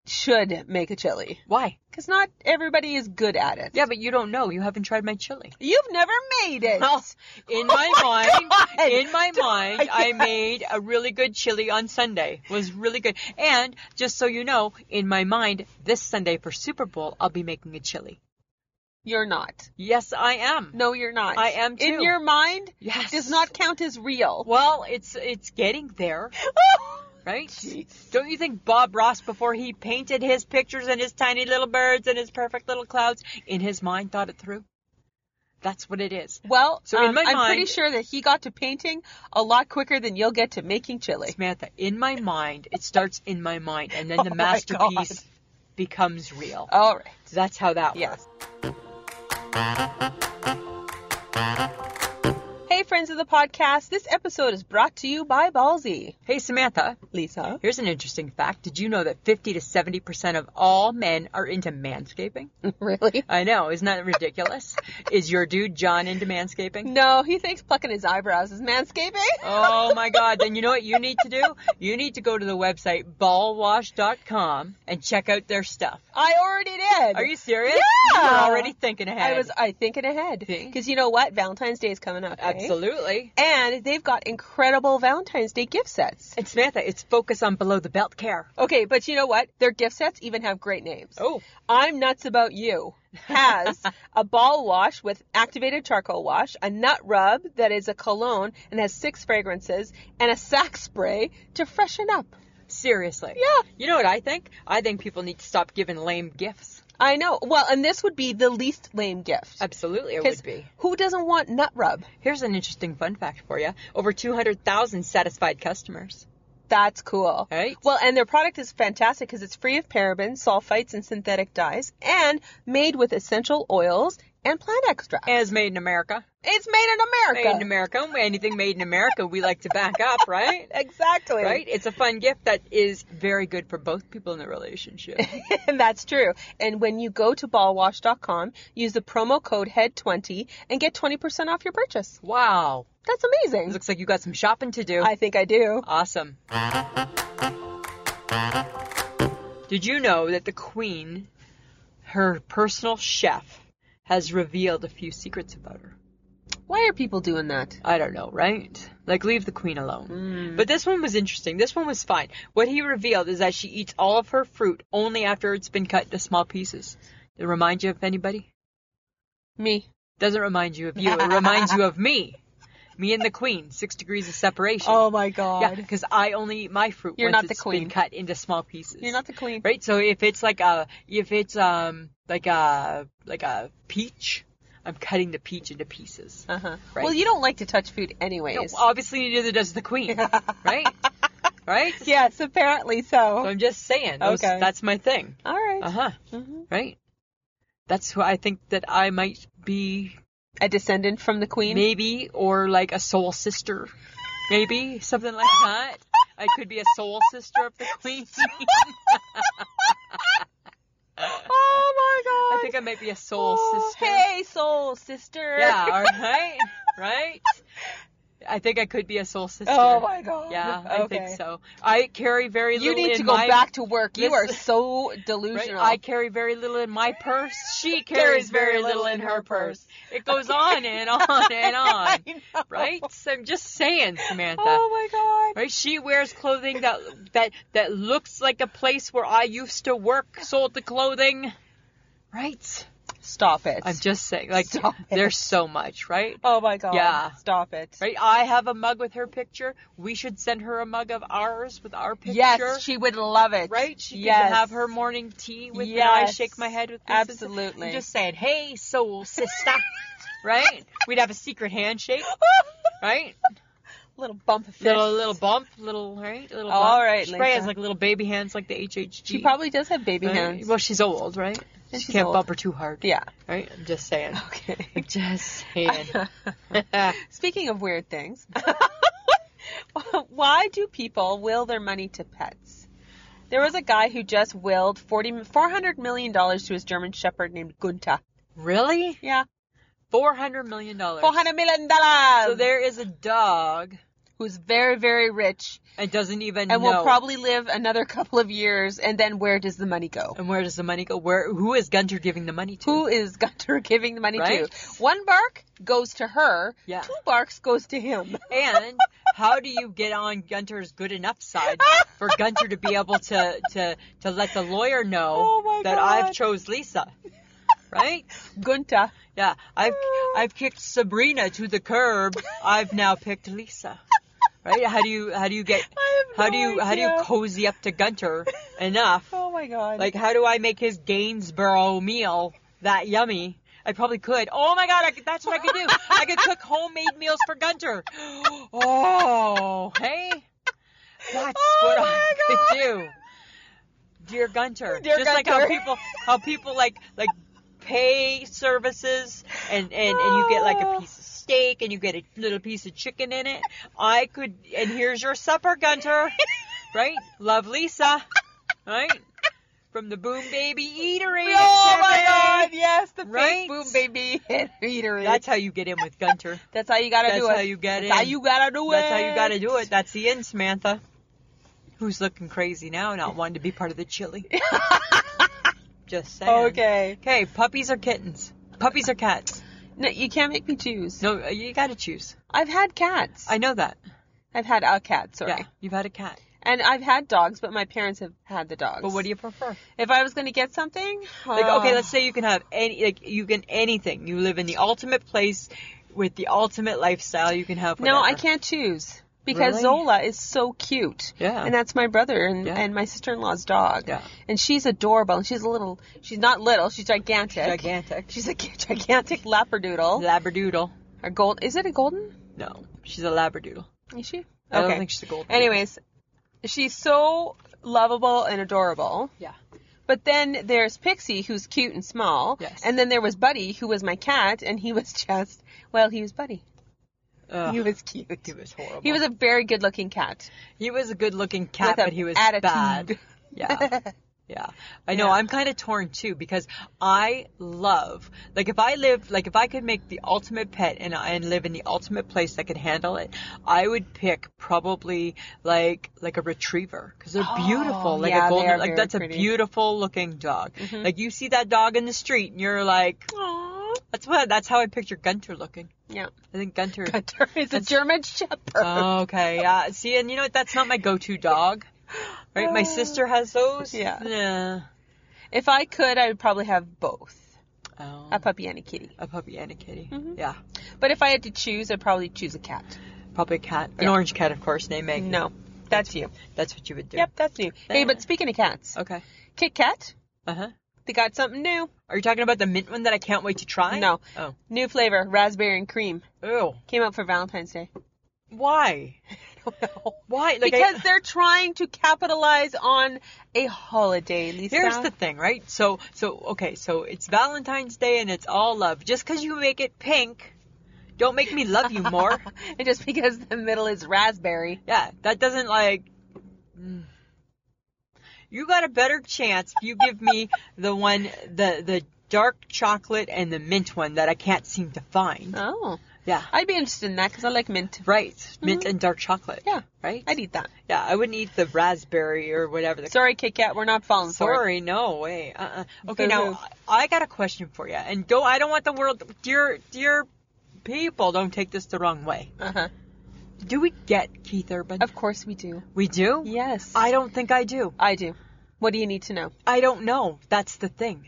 A: should make a chili
B: Why?
A: because not everybody is good at it.
B: Yeah, but you don't know. You haven't tried my chili.
A: You've never made [LAUGHS] it.
B: Well, in my,
A: Oh my
B: mind,
A: God.
B: in my
A: [LAUGHS]
B: mind, I
A: Yes.
B: made a really good chili on Sunday. Was really good. And just so you know, in my mind, this Sunday for Super Bowl, I'll be making a chili.
A: You're not.
B: Yes, I am.
A: No, you're not.
B: I am
A: In
B: too.
A: your mind,
B: Yes.
A: does not count as real.
B: Well, it's it's getting there, [LAUGHS] right?
A: Jeez.
B: Don't you think Bob Ross, before he painted his pictures and his tiny little birds and his perfect little clouds, in his mind thought it through? That's what it is.
A: Well,
B: So in
A: um,
B: my
A: I'm pretty
B: mind-
A: sure that he got to painting a lot quicker than you'll get to making chili.
B: Samantha, in my mind, it starts in my mind, and
A: [LAUGHS]
B: then
A: Oh
B: the
A: my
B: masterpiece
A: God.
B: becomes real.
A: All right.
B: That's how that
A: Yes.
B: works.
A: Hey, friends of the podcast. This episode is brought to you by Ballsy.
B: Hey, Samantha, [LAUGHS]
A: Lisa.
B: here's an interesting fact. Did you know that 50 to 70% of all men are into manscaping?
A: really?
B: I know, isn't that ridiculous? Is your dude John into manscaping?
A: No, he thinks plucking his eyebrows is manscaping.
B: Oh my god, then you know what you need to do? You need to go to the website ballwash.com and check out their stuff.
A: [LAUGHS] I already did.
B: Are you serious?
A: Yeah.
B: You were already thinking ahead.
A: I was I thinking ahead
B: See?
A: because you know what Valentine's Day is coming up. eh?
B: Absolutely.
A: And they've got incredible Valentine's Day gift
B: [LAUGHS]
A: sets.
B: And Samantha, it's focus on below the belt care.
A: Okay, but you know what? Their gift sets even have great names.
B: Oh.
A: I'm Nuts About You has a ball wash with activated charcoal wash, a nut rub that is a cologne and has six fragrances, and a sack spray to freshen up.
B: Seriously.
A: Yeah.
B: You know what I think? I think people need to stop giving lame gifts.
A: I know. Well, and this would be the least lame gift.
B: Absolutely, it
A: 'Cause
B: would be.
A: Who doesn't want nut rub?
B: Here's an interesting fun fact for you over 200,000 satisfied customers.
A: That's cool.
B: Right?
A: Well, and their product is fantastic because it's free of parabens, sulfites, and synthetic dyes, and made with essential oils and plant extracts.
B: As made in America.
A: it's made in America.
B: Made in America. Anything made in America, we like to back [LAUGHS] up, right?
A: [LAUGHS] Exactly.
B: Right? It's a fun gift that is very good for both people in the relationship.
A: [LAUGHS] and that's true. And when you go to ballwash.com, use the promo code HEAD20 and get 20% off your purchase.
B: [LAUGHS] wow.
A: That's
B: It
A: amazing.
B: looks like you got some shopping to do.
A: I think I do.
B: awesome. Did you know that the Queen, her personal chef, has revealed a few secrets about her?
A: Why are people doing that?
B: I don't know, right? Like, leave the queen alone. But this one was interesting. This one was fine. What he revealed is that she eats all of her fruit only after it's been cut into small pieces. It remind you of anybody?
A: Me.
B: Doesn't remind you of you. It reminds you of me. Me and the queen. Six degrees of
A: [LAUGHS]
B: separation.
A: my
B: yeah,
A: God.
B: because I only eat my fruit
A: You're
B: once
A: not the
B: it's
A: queen.
B: been cut into small pieces.
A: You're not the queen.
B: right. So if it's like a, if it's um like a like a peach, I'm cutting the peach into pieces.
A: Uh-huh.
B: Right.
A: Well, you don't like to touch food anyways. [LAUGHS]
B: No, oh, obviously neither does the queen, right? right?
A: yes, apparently
B: So
A: so.
B: I'm just saying, those-
A: Okay.
B: that's my thing.
A: All right.
B: Uh huh.
A: Mhm.
B: Right? That's who I think that I might be,
A: A descendant from the queen?
B: maybe, or like a soul sister, maybe something like that. I could be a soul sister of the
A: [LAUGHS]
B: queen.
A: Oh my
B: I
A: God.
B: think I might be a soul
A: Oh,
B: sister.
A: Hey, soul sister.
B: Yeah. All
A: [LAUGHS]
B: right. Right. I think I could be a soul sister.
A: Oh my God.
B: Yeah, I
A: okay.
B: think so. I carry very
A: You
B: little.
A: need
B: in
A: to go
B: my
A: back to work. You are
B: Listen-
A: so
B: [LAUGHS] Right?
A: delusional.
B: I carry very little in my purse. She carries very little in her purse. It goes on
A: [LAUGHS]
B: and on and on.
A: I know.
B: Right? So I'm just saying, Samantha.
A: Oh my god.
B: Right? She wears clothing that that that looks like a place where I used to work sold the clothing. Right?
A: Stop it.
B: I'm just saying like
A: Stop it.
B: [LAUGHS] there's so much, right?
A: Oh my god.
B: Yeah.
A: Stop it.
B: Right? I have a mug with her picture. We should send her a mug of ours with our picture.
A: Yes, she would love it.
B: right? She
A: yes.
B: can have her morning tea with me. I
A: Yes.
B: shake my head with pieces.
A: Absolutely.
B: I'm just saying,
A: [LAUGHS]
B: hey, [LAUGHS] soul sister, right? We'd have a secret handshake, right?
A: little bump of fist.
B: Little little bump, little right, little. Bump.
A: All right,
B: She probably has
A: Lisa.
B: like little baby hands, like the HHG.
A: She probably does have baby
B: right?
A: hands.
B: Well, she's old, right?
A: And
B: she
A: she's
B: can't
A: old.
B: bump her too hard.
A: yeah.
B: Right. I'm
A: [LAUGHS]
B: just saying.
A: Okay.
B: I'm just saying.
A: [LAUGHS] Speaking of weird things, [LAUGHS] why do people will their money to pets? There was a guy who just willed 40, 400 million dollars to his German Shepherd named Gunther.
B: [LAUGHS] really?
A: Yeah,
B: Four hundred million dollars.
A: four hundred million dollars.
B: So there is a dog
A: who's very, very rich
B: and doesn't even
A: and
B: know.
A: will probably live another couple of years. And then where does the money go?
B: And where does the money go? Where? Who is Gunter giving the money to?
A: Who is [LAUGHS] Gunter giving the money
B: Right?
A: to? One bark goes to her.
B: Yeah.
A: Two barks goes to
B: [LAUGHS]
A: him.
B: And how do you get on Gunter's good enough side for Gunter to be able to to to let the lawyer know
A: [LAUGHS] Oh my
B: that
A: God.
B: I've
A: [LAUGHS]
B: chose Lisa? Right?
A: Gunter.
B: Yeah, I've I've kicked Sabrina to the curb. I've now picked Lisa. Right? How do you how do you get
A: I have
B: how
A: no
B: do you how do you
A: idea.
B: cozy up to Gunter
A: [LAUGHS]
B: enough?
A: Oh my god.
B: Like how do I make his Gainsborough meal that yummy? I probably could. Oh my god, I could, that's what I could do. I could cook homemade meals for Gunter. [GASPS] Oh, hey. That's
A: Oh
B: what
A: my
B: I
A: God. [LAUGHS]
B: could do. Dear Gunter.
A: Dear
B: Just like how
A: Gunter.
B: people how people like like pay services and and and you get like
A: Oh.
B: a piece of steak and you get a little piece of chicken in it. I could and here's your supper,
A: [LAUGHS]
B: Gunter. Right? Love Lisa. Right? From the Boom Baby Eatery. in
A: Oh my
B: Cafe.
A: god, yes, the
B: Right?
A: fake boom baby hit eatery.
B: That's how you get in with Gunter.
A: that's how you gotta
B: That's
A: do it.
B: how you get
A: that's
B: in.
A: how you gotta do it.
B: That's how you gotta
A: [LAUGHS]
B: do it. That's the end, Samantha. Who's looking crazy now, not wanting to be part of the chili? Just saying.
A: Oh, Okay.
B: Okay, puppies or kittens? Puppies or cats?
A: No, you can't make me choose.
B: No, uh, you gotta choose.
A: I've had cats.
B: I know that.
A: I've had a cat, sorry.
B: Yeah, you've had a cat.
A: And I've had dogs, but my parents have had the dogs.
B: But what do you prefer?
A: If I was gonna get something,
B: Like,
A: uh,
B: okay, let's say you can have any, like, you can anything. You live in the ultimate place with the ultimate lifestyle. You can have.
A: No, I
B: whatever.
A: can't choose because
B: Really?
A: Zola is so cute.
B: Yeah.
A: And that's my brother and,
B: Yeah.
A: and my sister-in-law's dog.
B: Yeah.
A: And she's adorable. And she's a little. She's not little. She's gigantic.
B: Gigantic.
A: She's a [LAUGHS] gi- gigantic labradoodle.
B: Labradoodle.
A: or gold? Is it a golden?
B: No, she's a labradoodle.
A: Is she? Okay.
B: I don't think she's a golden.
A: Anyways, she's so lovable and adorable.
B: Yeah.
A: But then there's Pixie, who's cute and small.
B: Yes.
A: And then there was Buddy, who was my cat, and he was [LAUGHS] just well, he was Buddy.
B: Ugh,
A: He was cute.
B: he was horrible.
A: He was a very good-looking cat.
B: He was a good looking cat,
A: with a
B: but he was
A: attitude. [LAUGHS]
B: bad. Yeah. Yeah. I know
A: Yeah.
B: I'm kind of torn too because I love like if I lived like if I could make the ultimate pet and and live in the ultimate place that could handle it, I would pick probably like like a retriever cuz they're beautiful like
A: Oh, yeah, they
B: a golden
A: are
B: like
A: very
B: that's
A: pretty. Mm-hmm.
B: a beautiful looking dog. Like you see that dog in the street and you're like
A: Aww.
B: that's what that's how I picture Gunter looking.
A: Yeah.
B: I think
A: [LAUGHS]
B: Gunter
A: Gunter is a German Shepherd.
B: Oh, okay. Yeah. See, and you know what? That's not my go-to dog. Right? My sister has those.
A: Yeah.
B: Nah.
A: If I could, I would probably have both
B: Oh.
A: a puppy and a kitty.
B: A puppy and a kitty.
A: Mm-hmm.
B: Yeah.
A: But if I had to choose, I'd probably choose a cat.
B: Probably a cat. An
A: Yeah.
B: orange cat, of course, named Maggie.
A: No, that's you.
B: That's what you would do.
A: Yep, that's you. Hey, but speaking of cats,
B: Okay.
A: Kit Kat,
B: Uh-huh.
A: they got something new.
B: Are you talking about the mint one that I can't wait to try?
A: No.
B: Oh.
A: New flavor, raspberry and cream.
B: Ew.
A: Came out for Valentine's
B: [LAUGHS]
A: Day.
B: Why? Why? Like,
A: [LAUGHS]
B: I-
A: because they're trying to capitalize on a holiday, Lisa. [LAUGHS]
B: Here's the thing, right? So, so okay, so it's Valentine's Day and it's all love. Just because you make it pink, don't make me love
A: [LAUGHS]
B: you more.
A: and just because the middle is raspberry.
B: Yeah, that doesn't like. Mm. You got a better chance if you give me the one, the the dark chocolate and the mint one that I can't seem to find.
A: Oh.
B: Yeah,
A: I'd be interested in that because I like mint.
B: right. Mint and dark chocolate.
A: Mm-hmm. Yeah.
B: right.
A: I'd eat that.
B: yeah, I wouldn't eat the raspberry or whatever. The
A: Sorry, Kit Kat, we're not falling for it.
B: Sorry, no way. Uh-uh. Okay,
A: Boo-hoo.
B: now I got a question for you, and go. I don't want the world, dear, dear people, don't take this the wrong way.
A: Uh-huh.
B: Do we get Keith Urban?
A: Of course we do.
B: we do.
A: Yes.
B: I don't think I do.
A: I do. What do you need to know?
B: I don't know. That's the thing.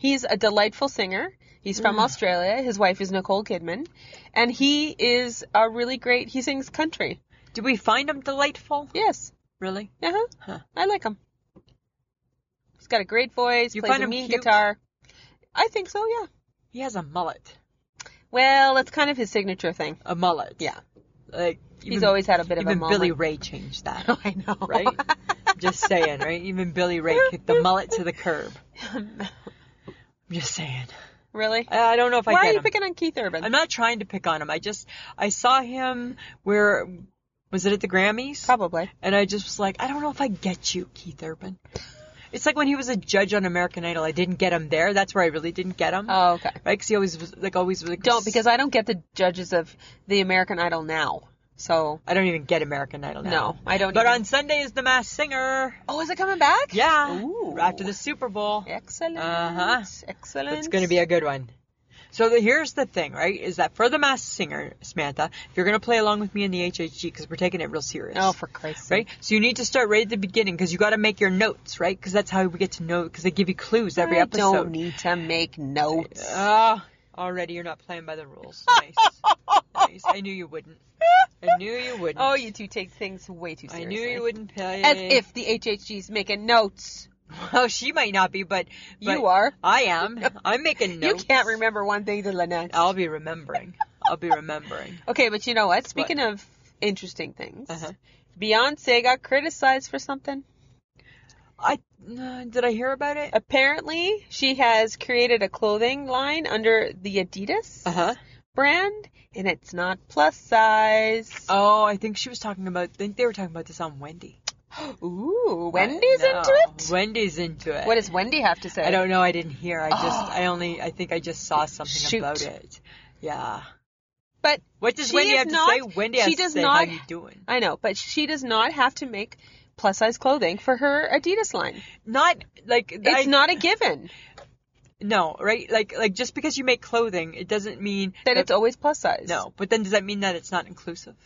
A: He's a delightful singer. He's
B: Mm.
A: from Australia. His wife is Nicole Kidman, and he is a really great. He sings country.
B: Do we find him delightful?
A: Yes.
B: Really?
A: Uh huh.
B: Huh.
A: I like him. He's got a great voice.
B: You
A: plays
B: find
A: a
B: him
A: mean
B: cute?
A: guitar. I think so. Yeah.
B: He has a mullet.
A: Well, it's kind of his signature thing.
B: A mullet.
A: Yeah.
B: Like
A: He's always had a bit of a
B: even
A: mullet.
B: Billy Ray changed [LAUGHS] that,
A: I know.
B: right? just saying, right? Even Billy Ray kicked the mullet to the [LAUGHS] curb. Just saying.
A: Really?
B: Uh, I I don't know if I
A: Why
B: get
A: are you
B: him.
A: picking on Keith Urban?
B: I'm not trying to pick on him. I just I saw him where was it at the Grammys?
A: Probably.
B: And I just was like, I don't know if I get you, Keith Urban. It's like when he was a judge on American Idol. I didn't get him there. That's where I really didn't get him.
A: Oh, okay.
B: Right? Because he always was like always was like,
A: Don't because I don't get the judges of the American Idol now. So
B: I don't even get American Idol now.
A: No, I don't
B: But
A: either.
B: on Sunday is the Masked Singer.
A: Oh, is it coming back?
B: Yeah.
A: Ooh.
B: After the Super Bowl.
A: Excellent.
B: Uh-huh.
A: Excellent.
B: It's going to be a good one. So the, here's the thing, right? Is that for the Masked Singer, Samantha, if you're going to play along with me in the HHG, because we're taking it real serious.
A: Oh, for Christ's sake.
B: Right? So you need to start right at the beginning because you got to make your notes, right? Because that's how we get to know, because they give you clues every
A: I
B: episode.
A: don't need to make notes.
B: Ah, already you're not playing by the rules. [LAUGHS] Nice. nice. I knew you wouldn't. I knew you wouldn't.
A: oh, you two take things way too
B: I
A: seriously.
B: knew you wouldn't play.
A: As if the HHG's making notes.
B: [LAUGHS] Well, she might not be, but, but
A: You are.
B: I am. I'm making notes.
A: You can't remember one thing to the next.
B: I'll be remembering. I'll be remembering.
A: Okay, but you know what? Speaking of interesting things,
B: Uh-huh.
A: Beyonce got criticized for something.
B: I uh, did I hear about it?
A: Apparently, she has created a clothing line under the Adidas
B: huh.
A: brand, and it's not plus size.
B: Oh, I think she was talking about. I think they were talking about this on Wendy.
A: Ooh, Wendy's
B: I know.
A: into it.
B: Wendy's into it.
A: What does Wendy have to say?
B: I don't know. I didn't hear. I [GASPS] just.
A: Oh.
B: I only. I think I just saw something
A: Shoot.
B: about it. Yeah.
A: But
B: What does
A: She
B: Wendy
A: is
B: have
A: not-
B: to say? Wendy
A: she
B: has
A: does
B: to say
A: not-
B: how you doing.
A: I know, but she does not have to make plus size clothing for her Adidas line.
B: Not like I,
A: It's not a given
B: no right. Like like just because you make clothing, it doesn't mean
A: that it's always plus size. [LAUGHS]
B: no. But then does that mean that it's not inclusive?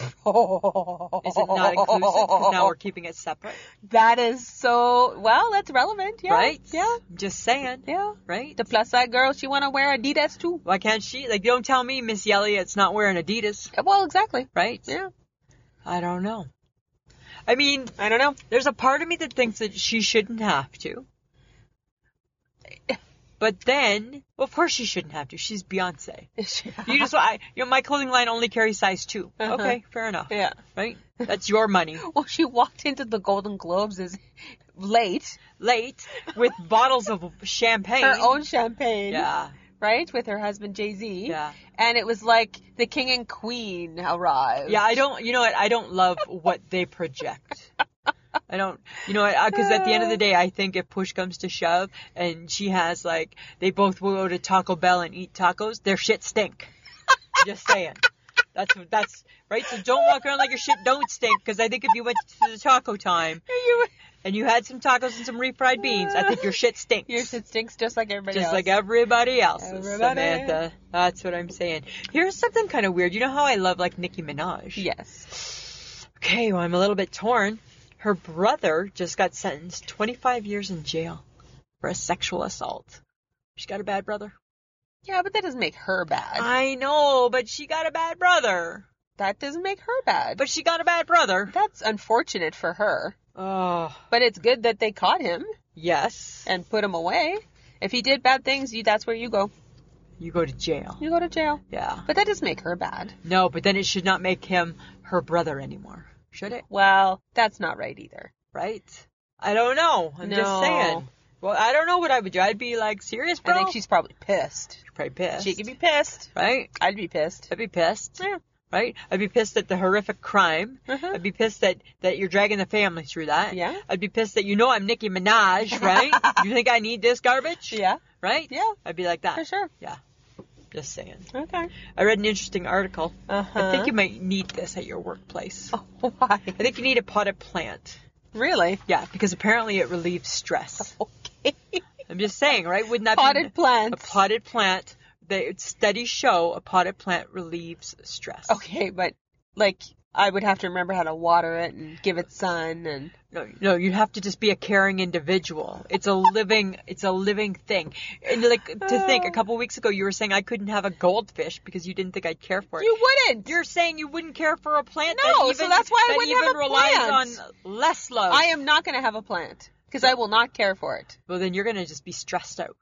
A: Is
B: Is
A: Oh,
B: it not
A: [LAUGHS]
B: inclusive? 'Cause now we're keeping it separate,
A: That is so well. That's relevant, yeah.
B: right?
A: Yeah,
B: Just saying,
A: yeah.
B: right?
A: The plus size girl, she want to wear Adidas too.
B: Why can't she? Like, don't tell me Miss Elliott's not wearing Adidas,
A: Well, exactly.
B: right?
A: Yeah.
B: I don't know. I mean,
A: I don't know.
B: there's a part of me that thinks that she shouldn't have to. But then, well, of course she shouldn't have to. She's Beyonce.
A: [LAUGHS]
B: You just, I, you know, my clothing line only carries size 2
A: Uh-huh.
B: Okay, fair enough.
A: yeah.
B: Right? That's your money.
A: [LAUGHS] Well, she walked into the Golden Globes is late.
B: Late with bottles of champagne.
A: Her own champagne,
B: Yeah.
A: right, with her husband Jay Z.
B: Yeah.
A: And it was like the king and queen arrived.
B: Yeah,
A: [LAUGHS]
B: I don't, you know what? I don't love what they project. I don't, you know what? Because at the end of the day, I think if push comes to shove and she has like, they both will go to Taco Bell and eat tacos, their shit stink. Just saying. That's, that's, right? So don't walk around like your shit don't stink because I think if you went to the taco time
A: [LAUGHS] You,
B: and you had some tacos and some refried beans, I think your shit stinks.
A: your shit stinks just like everybody
B: Just
A: else.
B: like everybody else,
A: Everybody.
B: Samantha. That's what I'm saying. Here's something kind of weird. You know how I love like Nicki Minaj?
A: yes.
B: Okay, well, I'm a little bit torn. Her brother just got sentenced 25 years in jail for a sexual assault. She got a bad brother.
A: Yeah, but that doesn't make her bad.
B: I know, but she got a bad brother.
A: that doesn't make her bad.
B: But she got a bad brother.
A: that's unfortunate for her.
B: Oh,
A: But it's good that they caught him
B: yes.
A: and put him away. If he did bad things, you that's where you go.
B: You go to jail.
A: You go to jail.
B: Yeah.
A: But that doesn't make her bad.
B: No, but then it should not make him her brother anymore. Should it?
A: Well, that's not right either.
B: Right? I don't know. I'm just
A: No.
B: saying. Well, I don't know what I would do. I'd be like, serious, bro?
A: I think she's probably pissed.
B: probably pissed.
A: She could be pissed.
B: Right?
A: I'd be pissed.
B: I'd be pissed.
A: Yeah.
B: right? I'd be pissed at the horrific crime.
A: Uh-huh.
B: I'd be pissed that, that you're dragging the family through that.
A: Yeah.
B: I'd be pissed that you know I'm Nicki
A: [LAUGHS]
B: Minaj, right? you think I need this garbage?
A: Yeah,
B: Right?
A: yeah,
B: I'd be like that.
A: for sure.
B: Just saying.
A: Okay.
B: I read an interesting article.
A: Uh-huh. Oh.
B: I
A: [LAUGHS]
B: think you might need this at your workplace.
A: Why?
B: I think you need a potted plant.
A: Really?
B: Yeah, because apparently it relieves stress.
A: Okay.
B: I'm just saying, right? Wouldn't that
A: Potted
B: be a
A: plants.
B: potted plant? They studies show a potted plant relieves stress.
A: Okay, but like I would have to remember how to water it and give it sun and
B: No, no, you have to just be a caring individual. It's a living, it's a living thing. And like to think, a couple weeks ago you were saying I couldn't have a goldfish because you didn't think I'd care for it.
A: you wouldn't.
B: are saying you wouldn't care for a plant.
A: No,
B: that
A: so
B: even,
A: that's why I
B: that
A: wouldn't
B: even
A: have a
B: relies
A: plant.
B: on less love.
A: I am not going to have a plant because I will not care for it.
B: Well, then you're gonna just be stressed out.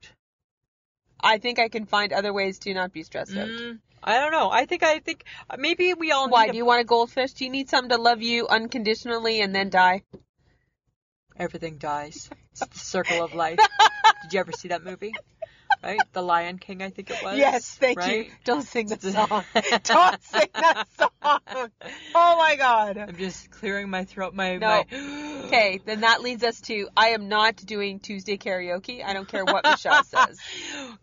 A: I think I can find other ways to not be stressed out.
B: Mm, I don't know. I think I think maybe we all
A: Why?
B: need
A: Do you want a goldfish? Do you need something to love you unconditionally and then die?
B: a- everything dies. It's the circle
A: [LAUGHS]
B: of life. Did you ever see that movie? Right, The Lion King, I think it was.
A: yes, thank
B: right?
A: you. Don't sing [LAUGHS] the song. Don't sing that [LAUGHS] song. Oh my god.
B: I'm just clearing my throat. My [GASPS]
A: No.
B: my.
A: Okay, then that leads us to I am not doing Tuesday karaoke. I don't care what
B: [LAUGHS]
A: Michelle says.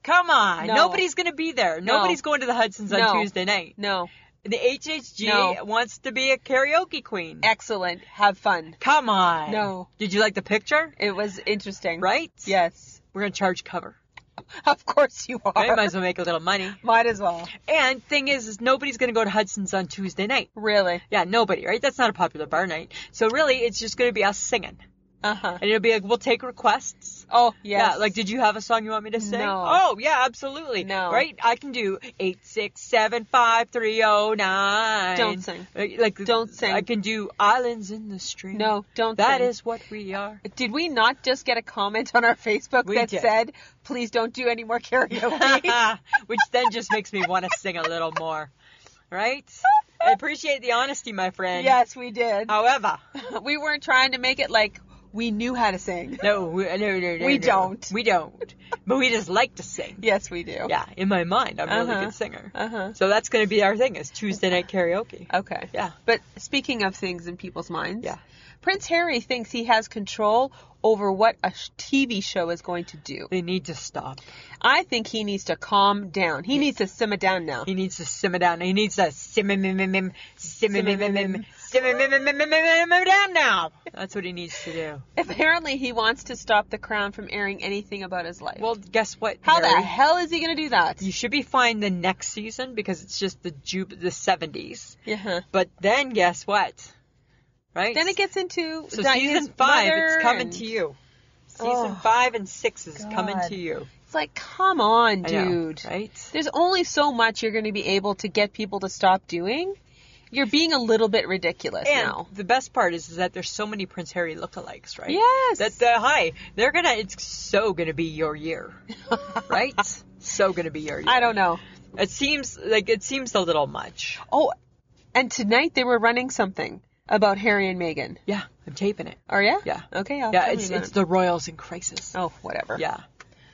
B: Come on,
A: No.
B: nobody's gonna be there.
A: No.
B: Nobody's going to the Hudson's
A: No.
B: on Tuesday night.
A: No.
B: The HHG
A: No.
B: wants to be a karaoke queen.
A: Excellent. Have fun.
B: Eh, Come on.
A: No.
B: Did you like the picture?
A: It was interesting.
B: Right?
A: Yes. [LAUGHS]
B: We're gonna charge cover.
A: Of course you are. [LAUGHS]
B: Right? Might as well make a little money.
A: Might as well.
B: And thing is, is nobody's gonna go to Hudson's on Tuesday night.
A: Really.
B: Yeah, nobody, right? That's not a popular bar night. So really, it's just gonna be us singing,
A: Uh huh.
B: and it'll be like we'll take requests.
A: Oh yes.
B: Yeah, like did you have a song you want me to sing?
A: No.
B: Oh yeah, absolutely.
A: No.
B: Right? I can do eight six seven five three oh nine. Uh,
A: Don't sing.
B: Like like-
A: Don't sing.
B: I can do islands in the stream.
A: no, don't.
B: That
A: sing.
B: is what
A: [LAUGHS]
B: we are.
A: Did we not just get a comment on our Facebook
B: We
A: that
B: did.
A: said, "Please don't do any more
B: [LAUGHS]
A: karaoke"?
B: Which then just makes me want to sing a little more. Right? I appreciate the honesty, my friend.
A: yes, we did.
B: However,
A: [LAUGHS] we weren't trying to make it like we knew how to sing.
B: no, we, no, no, no.
A: We
B: no.
A: don't.
B: We don't. But we just like to sing.
A: Yes, we do.
B: Yeah, in my mind, I'm a
A: Uh-huh.
B: really good singer.
A: Uh huh.
B: So that's going to be our thing is Tuesday night karaoke.
A: Okay.
B: Yeah.
A: But speaking of things in people's minds,
B: Yeah.
A: Prince Harry thinks he has control over what a sh- TV show is going to do.
B: They need to stop.
A: I think he needs to calm down. He needs to simmer down now.
B: He needs to simmer down. He needs to simmer, mim, mim, mim, simmer, mim, mim, mim, simmer, mim, mim, mim, mim, mim, mim, down now. That's what he needs to do.
A: Apparently, he wants to stop the crown from airing anything about his life.
B: Well, guess what?
A: how the
B: Harry?
A: hell is he going to do that?
B: You should be fine the next season because it's just the ju- the 70s. [LAUGHS]
A: Yeah.
B: But then guess what? Right?
A: Then it gets into
B: so
A: that his
B: season five,
A: mother
B: it's coming
A: and-
B: to you. Season
A: Oh,
B: five and six is coming
A: God.
B: to you.
A: It's like, come on,
B: I know,
A: dude.
B: right?
A: There's only so much you're going to be able to get people to stop doing. You're being a little bit ridiculous
B: And
A: now.
B: the best part is, is that there's so many Prince Harry lookalikes, right?
A: Yes.
B: That the hi, they're gonna. It's so gonna be your year,
A: [LAUGHS]
B: [LAUGHS] right? so gonna be your year.
A: I don't know.
B: It seems like it seems a little much.
A: Oh, and tonight they were running something about Harry and Meghan.
B: Yeah, I'm taping it.
A: Are you?
B: Yeah.
A: Okay. I'll
B: yeah,
A: tell
B: it's
A: you
B: it's
A: about
B: the royals in crisis.
A: it. oh whatever.
B: Yeah.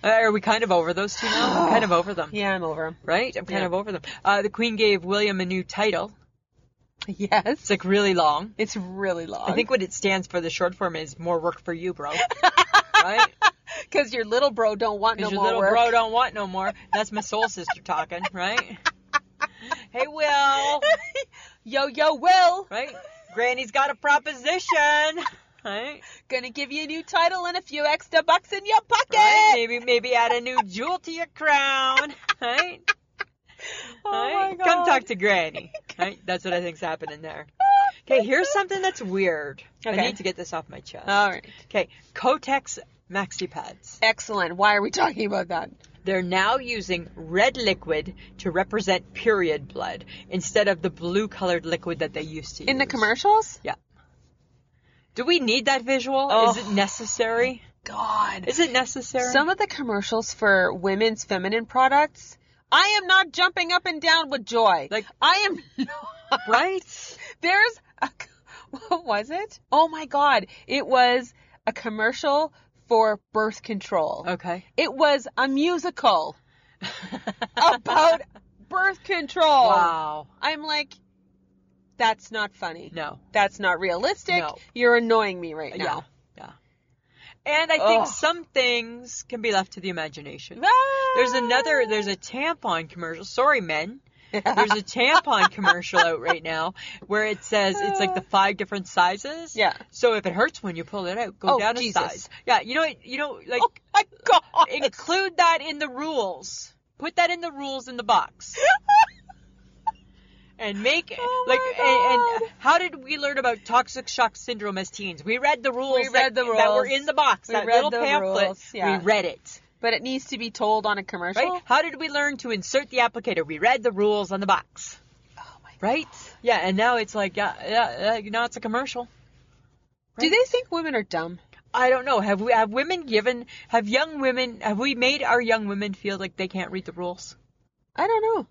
B: Uh, Are we kind of over those two now? [GASPS] I'm kind of over them,
A: Yeah, I'm over him.
B: right? I'm kind
A: Yeah.
B: of over them. Uh, the Queen gave William a new title.
A: [LAUGHS]
B: It's
A: Yes.
B: like really long.
A: It's really long.
B: I
A: [LAUGHS]
B: think what it stands for, the short form, is more work for you, bro. right? [LAUGHS]
A: because your little bro don't want no
B: Because your
A: more [LAUGHS]
B: little
A: work.
B: bro don't want no more. That's my soul sister talking, [LAUGHS] right? hey, Will,
A: yo, yo, Will.
B: right? Granny's got a proposition, right?
A: Gonna give you a new title and a few extra bucks in your pocket.
B: right? Maybe maybe add a new jewel to your crown, right?
A: [LAUGHS] Oh
B: right?
A: my God.
B: Come talk
A: [LAUGHS]
B: to Granny, right? That's what I think's happening there. Okay, here's something that's weird.
A: Okay.
B: I need to get this off my chest.
A: All right.
B: Okay, Kotex maxi pads.
A: Excellent. Why are we talking about that?
B: They're now using red liquid to represent period blood instead of the blue colored liquid that they used to use.
A: In the commercials?
B: Yeah. Do we need that visual? Is
A: Oh.
B: it necessary?
A: God.
B: Is it necessary?
A: Some of the commercials for women's feminine products, I am not jumping up and down with joy.
B: Like-
A: I am not.
B: [LAUGHS] right?
A: There's a, what was it? Oh my God. It was a commercial for birth control.
B: Okay.
A: It was a musical
B: [LAUGHS]
A: about birth control.
B: Wow.
A: I'm like, that's not funny.
B: No.
A: That's not realistic.
B: No. Uh,
A: You're annoying me right now.
B: Yeah. Yeah. And I think
A: Ugh.
B: some things can be left to the imagination.
A: Ah!
B: There's another there's a tampon commercial. Sorry, men. There's a tampon commercial out right now where it says
A: [LAUGHS]
B: it's like the five different
A: [LAUGHS]
B: sizes.
A: Yeah.
B: So if it hurts when you pull it out, go
A: Oh,
B: down a
A: Jesus.
B: size. Yeah, you know what you know like
A: Oh my god!
B: include that in the rules. Put that in the rules in the box. And make
A: [LAUGHS] Oh my
B: like and,
A: God.
B: and how did we learn about toxic shock syndrome as teens? We read the rules,
A: read
B: that,
A: the
B: that were
A: rules.
B: in the box.
A: We
B: that
A: read
B: little
A: the
B: pamphlet,
A: rules, yeah.
B: we read it.
A: but it needs to be told on a commercial.
B: Right? How did we learn to insert the applicator? We read the rules on the box.
A: Oh my
B: Right? Yeah, and now it's like yeah, yeah, yeah, now it's a commercial.
A: Do they think women are dumb?
B: I don't know. Have we have women given have young women have we made our young women feel like they can't read the rules?
A: I don't know.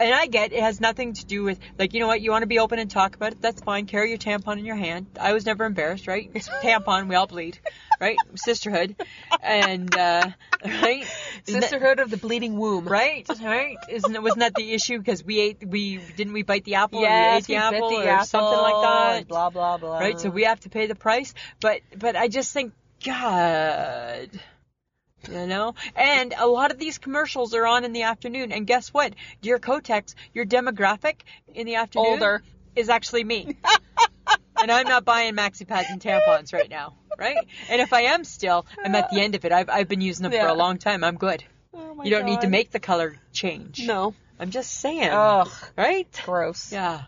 B: And I get it has nothing to do with like you know what you want to be open and talk about it. That's fine. Carry your tampon in your hand. I was never embarrassed, right? [LAUGHS] It's tampon, we all bleed, [LAUGHS] right? Sisterhood, and uh, right, Isn't
A: [LAUGHS]
B: that-
A: Sisterhood of the Bleeding Womb.
B: right, right. Isn't it wasn't that the issue because we ate we didn't we bite the apple? or
A: Yeah,
B: we ate the apple or something like that
A: Blah blah blah.
B: right? So we have to pay the price. But but I just think God, you know. And a lot of these commercials are on in the afternoon. And guess what? Your Kotex, your demographic in the afternoon,
A: Older.
B: is actually me. [LAUGHS] and I'm not buying maxi pads and tampons right now, right? And if I am still, I'm at the end of it. I've I've been using them for
A: Yeah.
B: a long time. I'm good.
A: Oh my
B: you don't need to
A: God.
B: make the color change.
A: No. Oh.
B: I'm just saying.
A: Ugh.
B: Right?
A: Gross.
B: Yeah.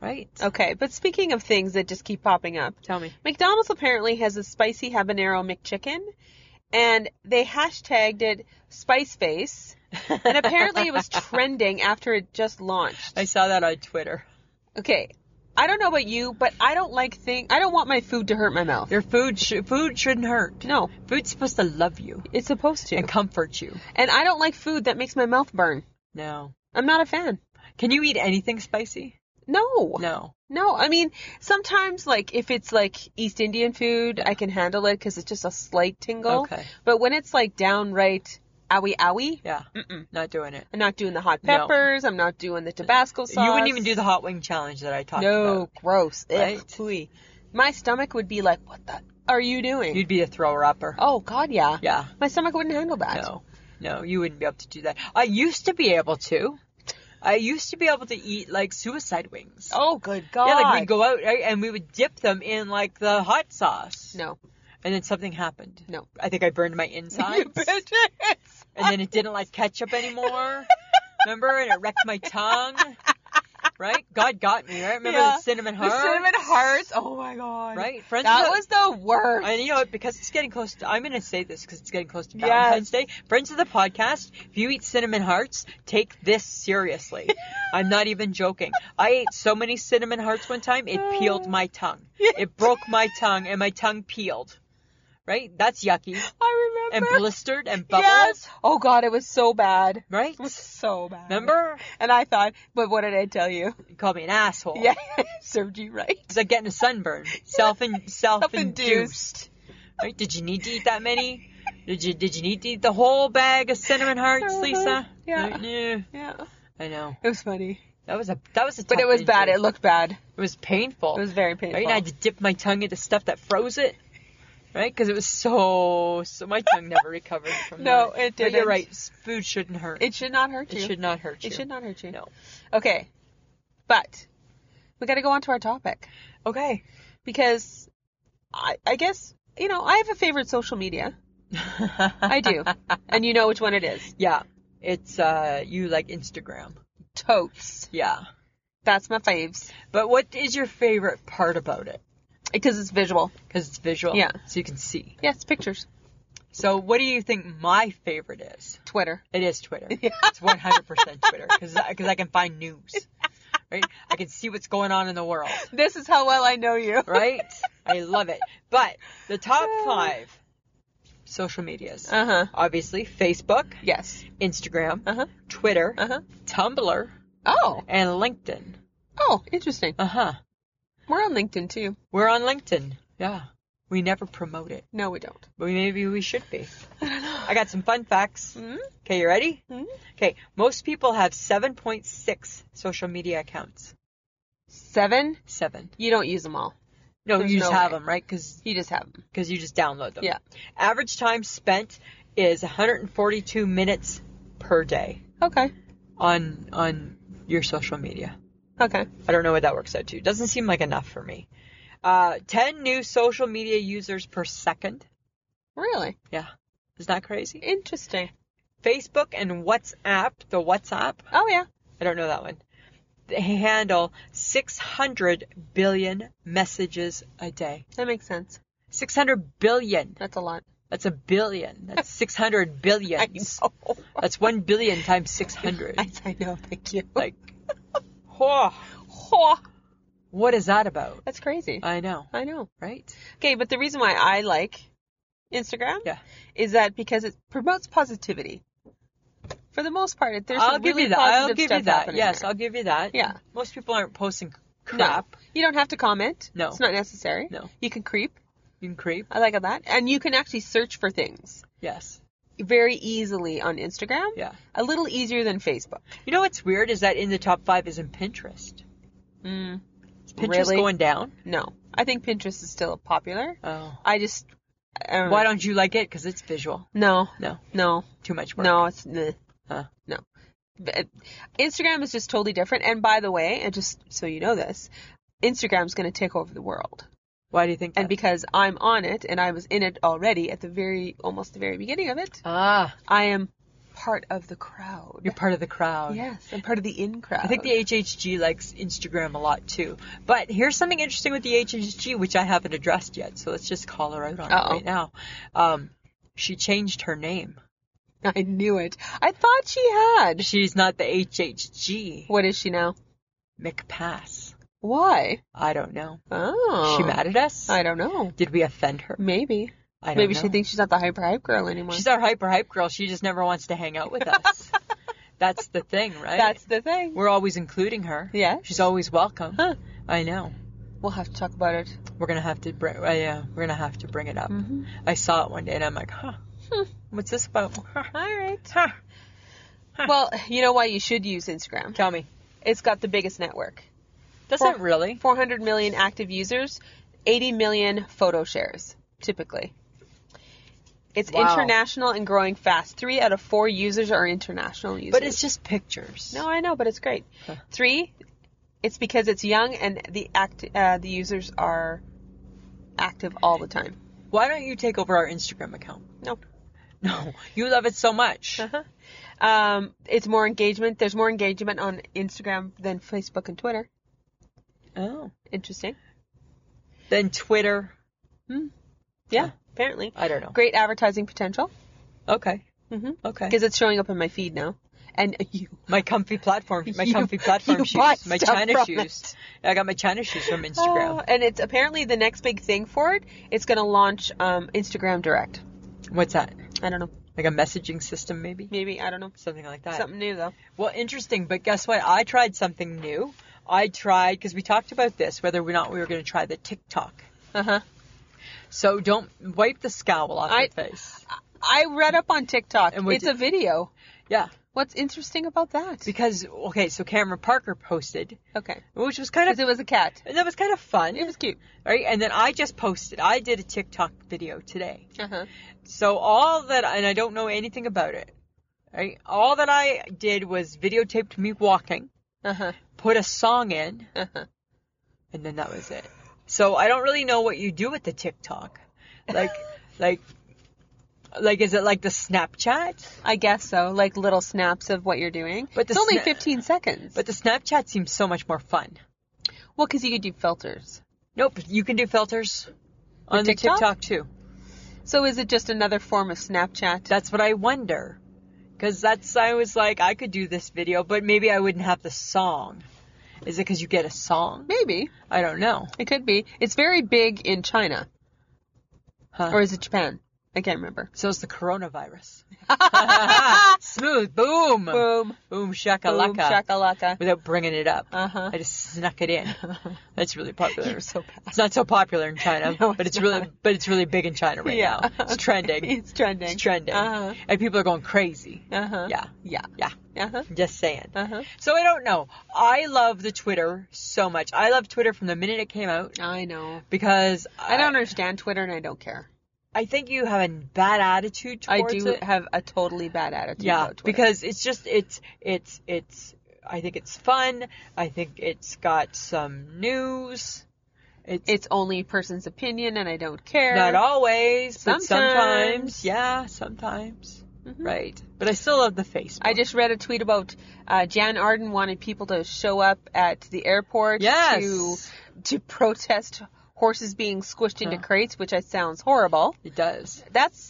B: Right.
A: Okay, but speaking of things that just keep popping up,
B: Tell [LAUGHS] me.
A: McDonald's apparently has a spicy habanero McChicken, and they hashtagged it Spice Face, and apparently it [LAUGHS]
B: [LAUGHS]
A: was trending after it just launched.
B: I saw that on Twitter.
A: Okay, I don't know about you, but I don't like thing. I don't want my food to hurt my mouth.
B: Your food sh- food shouldn't hurt.
A: No,
B: Food's supposed to love you
A: it's supposed to.
B: and comfort you.
A: And I don't like food that makes my mouth burn.
B: No.
A: I'm not a fan.
B: Can you eat anything spicy?
A: No.
B: No.
A: No, I mean, sometimes, like, if it's like East Indian food, I can handle it because it's just a slight tingle.
B: Okay.
A: But when it's like downright owie owie,
B: Yeah.
A: Mm-mm.
B: Not doing it.
A: I'm not doing the hot
B: No.
A: peppers, I'm not doing the Tabasco sauce.
B: You wouldn't even do the hot wing challenge that I talked
A: No,
B: about.
A: gross. Ugh,
B: Right?
A: pooey. My stomach would be like, what the are you doing?
B: You'd be a thrower upper.
A: Oh, God, yeah.
B: Yeah.
A: My stomach wouldn't handle that.
B: No. No, you wouldn't be able to do that. I used to be able to. I used to be able to eat like suicide wings.
A: Oh, good God.
B: Yeah, like we'd go out right, and we would dip them in like the hot sauce. [LAUGHS]
A: No, [LAUGHS]
B: And then something happened.
A: no.
B: I think I burned my insides. [LAUGHS]
A: You bitches.
B: and then it didn't like
A: [LAUGHS]
B: ketchup anymore. Remember? And it wrecked my tongue. Right? God got me, right? Remember
A: Yeah.
B: the cinnamon
A: [LAUGHS] The
B: heart?
A: cinnamon hearts. Oh, my God.
B: Right? Friends
A: That
B: of the- [LAUGHS]
A: was the worst. [LAUGHS]
B: and you know what? Because it's getting close to, I'm going to say this because it's getting close to
A: Yes.
B: Valentine's Day. Friends of the podcast, if you eat cinnamon hearts, take this
A: [LAUGHS]
B: seriously. I'm not even joking. I ate so many cinnamon hearts one time, it peeled
A: Oh.
B: my tongue. It broke my tongue and my tongue peeled. Right? That's yucky.
A: I
B: And
A: remember.
B: blistered and bubbled.
A: Yes. Oh God, it was so bad.
B: Right?
A: It was so bad.
B: Remember?
A: And I thought, but what did I tell you?
B: You called me an asshole.
A: Yeah, [LAUGHS] served you right.
B: It's like getting
A: [LAUGHS]
B: a sunburn. Self self induced.
A: Self-induced.
B: Right? Did you need to eat that many? Did you did you need to eat the whole bag of
A: [LAUGHS]
B: cinnamon hearts,
A: Uh-huh.
B: Lisa?
A: Yeah.
B: Right? Yeah.
A: Yeah,
B: I know.
A: it was funny,
B: That was a that was a.
A: but
B: tough
A: it was bad.
B: injury.
A: It looked bad.
B: it was painful.
A: It was very
B: Right? And I had
A: painful.
B: to dip my tongue into stuff that froze it. Right? Because it was so so. My tongue never recovered from
A: No,
B: that.
A: it
B: But you're
A: didn't.
B: right. s- Food shouldn't hurt.
A: It should not hurt you.
B: It should not hurt you.
A: It
B: [LAUGHS]
A: should not hurt you.
B: No.
A: Okay, but we got to go on to our topic
B: Okay.
A: because I, I guess you know I have a favorite social media,
B: I
A: do. and you know which one it is.
B: [LAUGHS] yeah. It's uh you like Instagram.
A: Totes.
B: Yeah.
A: That's my faves
B: But what is your favorite part about it?
A: because it's visual.
B: Because it's visual.
A: Yeah.
B: So you can see.
A: Yes, pictures.
B: So what do you think my favorite is?
A: Twitter.
B: It is Twitter. It's 100% Twitter. Because I can find news. Right? I can see what's going on in the world.
A: [LAUGHS] This is how well I know you.
B: Right? I love it. But
A: [SIGHS]
B: the top five social medias.
A: Uh huh.
B: Obviously, Facebook,
A: Yes.
B: Instagram,
A: Uh huh.
B: Twitter,
A: Uh huh.
B: Tumblr,
A: Oh.
B: and LinkedIn.
A: Oh, interesting.
B: Uh huh.
A: We're on LinkedIn too.
B: We're on LinkedIn. Yeah. We never promote it.
A: No, we [LAUGHS] don't.
B: But maybe we should be. I got some fun facts.
A: Hmm?
B: Okay, you ready?
A: Hmm?
B: Okay, most people have 7.6 social media accounts.
A: Seven.
B: Seven.
A: You don't use them all.
B: No,
A: There's
B: you just
A: no
B: have
A: way.
B: them, right? Because
A: You just have them.
B: you just download them.
A: Yeah.
B: Average time spent is 142 minutes per day
A: Okay.
B: on on your social media.
A: Okay.
B: I don't know what that works out to. Doesn't seem like enough for me. Uh, 10 new social media users per second.
A: Really
B: Yeah. Isn't that crazy?
A: interesting.
B: Facebook and WhatsApp, the WhatsApp,
A: Oh yeah.
B: I don't know that one. They handle 600 billion messages a day.
A: That makes sense.
B: 600 billion.
A: That's a lot.
B: That's a billion.
A: [LAUGHS]
B: That's 600 billions.
A: know. [LAUGHS]
B: That's 1 billion times 600.
A: [LAUGHS] I, I know. Thank you.
B: Like, whoa.
A: Oh,
B: What is that about?
A: That's crazy.
B: I know,
A: I know.
B: right?
A: Okay, but the reason why I like Instagram
B: Yeah.
A: is that because it promotes positivity. For the most part, it- there's
B: I'll
A: some
B: give
A: really
B: you that.
A: positive
B: I'll give
A: stuff
B: you that.
A: happening
B: Yes,
A: there.
B: I'll give you that.
A: Yeah.
B: Most people aren't posting crap.
A: You don't have to comment.
B: No.
A: It's not necessary.
B: No.
A: You can creep.
B: You can creep.
A: I like that. And you can actually search for things
B: Yes.
A: very easily on Instagram.
B: Yeah.
A: A little easier than Facebook.
B: You know what's weird is that in the top five isn't Pinterest.
A: Mm,
B: Is Pinterest
A: Really?
B: going down?
A: no. I think Pinterest is still popular.
B: Oh.
A: I just. I
B: Why don't you like it? Because it's visual.
A: No.
B: No.
A: No.
B: Too much work.
A: No, it's meh.
B: Huh.
A: no. But, uh, Instagram is just totally different. And by the way, and just so you know this, Instagram's going to take over the world.
B: Why do you think that?
A: And because I'm on it and I was in it already at the very, almost the very beginning of it,
B: ah,
A: I am part of the crowd.
B: you're part of the crowd.
A: Yes, I'm part of the in crowd.
B: I think the HHG likes Instagram a lot too. But here's something interesting with the HHG, which I haven't addressed yet. So let's just call her out on
A: Uh-oh.
B: it right now. Um, she changed her name.
A: [LAUGHS] I knew it. I thought she had.
B: She's not the HHG.
A: What is she now?
B: McPass.
A: Why?
B: I don't know.
A: Oh,
B: She mad at us?
A: I don't know.
B: Did we offend her?
A: Maybe.
B: I don't
A: Maybe
B: know.
A: she thinks she's not the hyper hype girl anymore.
B: She's our hyper hype girl. She just never wants to hang out
A: [LAUGHS]
B: with [LAUGHS] us. That's the thing, right?
A: That's the thing.
B: We're always including her.
A: Yes.
B: She's always welcome.
A: Huh.
B: I know.
A: We'll have to talk about it.
B: We're gonna have to bring. Uh, yeah, we're gonna have to bring it up.
A: Mm-hmm.
B: I saw it one day and I'm like, huh.
A: Mm. Hmm.
B: What's this about?
A: [LAUGHS] All right.
B: Huh.
A: Well, you know why you should use Instagram?
B: Tell me.
A: It's got the biggest network.
B: Does
A: Well-
B: it really?
A: 400 million active users, 80 million photo shares, typically. It's
B: Wow.
A: international and growing fast. Three out of four users are international users.
B: But it's just pictures.
A: no, I know, but it's great.
B: Huh.
A: Three, it's because it's young and the act uh, the users are active all the time.
B: Why don't you take over our Instagram account? [LAUGHS]
A: No,
B: No, you love it so much.
A: Uh-huh. um, it's more engagement. There's more engagement on Instagram than Facebook and Twitter.
B: Oh.
A: Interesting.
B: Then Twitter.
A: Yeah, apparently.
B: I don't know.
A: Great advertising potential
B: Okay.
A: Mhm.
B: Okay.
A: because it's showing up in my feed now. And uh, you,
B: My comfy platform,
A: [LAUGHS]
B: my
A: You-
B: comfy platform
A: you
B: shoes,
A: bought
B: my
A: stuff
B: China
A: from
B: shoes. I got my China shoes
A: [LAUGHS]
B: from Instagram.
A: Oh, and it's apparently the next big thing for it. It's going to launch um, Instagram Direct.
B: What's that?
A: I don't know.
B: Like a messaging system, maybe
A: Maybe I don't know.
B: something like that.
A: Something new though.
B: Well, interesting. But guess what? I tried something new. I tried because we talked about this whether or not we were going to try the TikTok.
A: Uh huh.
B: So don't wipe the scowl off
A: I-
B: your face.
A: I read up on TikTok.
B: And what
A: it's
B: did-
A: a video.
B: Yeah,
A: What's interesting about that?
B: because okay, so Cameron Parker posted,
A: [LAUGHS] Okay,
B: which was kind
A: because
B: of
A: it was a cat.
B: and that was kind of fun.
A: It was cute.
B: right, and then I just posted. I did a TikTok video today.
A: Uh huh.
B: So all that, and I don't know anything about it. Right? All that I did was videotaped me walking,
A: Uh huh.
B: put a song in,
A: Uh huh.
B: and then that was it. So I don't really know what you do with the TikTok.
A: [LAUGHS]
B: Like, like, like, is it like the Snapchat?
A: I guess so. Like little snaps of what you're doing.
B: But the
A: it's only
B: sna-
A: 15 seconds.
B: But the Snapchat seems so much more fun.
A: well, because you could do filters.
B: Nope, you can do filters on the
A: TikTok?
B: TikTok too.
A: So is it just another form of Snapchat?
B: That's what I wonder. Cause that's, I was like, I could do this video, but maybe I wouldn't have the song. Is it cause you get a song?
A: Maybe
B: I don't know.
A: it could be. It's very big in China,
B: Huh.
A: or is it Japan? I can't
B: [LAUGHS]
A: remember. [LAUGHS]
B: So it's the coronavirus. [LAUGHS] Smooth. Boom. Boom,
A: Boom.
B: shakalaka.
A: Boom. Shakalaka.
B: Without bringing it up.
A: Uh huh.
B: [LAUGHS] I just snuck
A: [LAUGHS]
B: it in. That's really popular.
A: You're so bad.
B: It's not so popular in China,
A: [LAUGHS] No,
B: but
A: it's
B: it's really but it's really big in China right
A: Yeah.
B: now. It's trending.
A: [LAUGHS] It's trending.
B: It's trending.
A: Uh
B: And people are going crazy.
A: huh. Uh huh.
B: Yeah.
A: Yeah.
B: Yeah.
A: Uh huh.
B: Just saying.
A: Uh huh.
B: So I don't know. I love the Twitter so much. I love Twitter from the minute it came out
A: I know.
B: because
A: I don't understand Twitter, and I don't care.
B: I think you have a bad attitude
A: I
B: towards
A: do
B: it.
A: have a totally bad attitude.
B: yeah
A: about Twitter.
B: because it's just it's it's it's i think it's fun i think it's got some news it's,
A: it's only a person's opinion, and I don't care.
B: not always but
A: Sometimes.
B: sometimes yeah sometimes
A: Mhm.
B: right but i still love the facebook
A: I just read a tweet about uh, Jan Arden wanted people to show up at the airport
B: yes
A: to to [LAUGHS] protest horses being squished into
B: Huh.
A: crates, which I sounds horrible.
B: it does
A: That's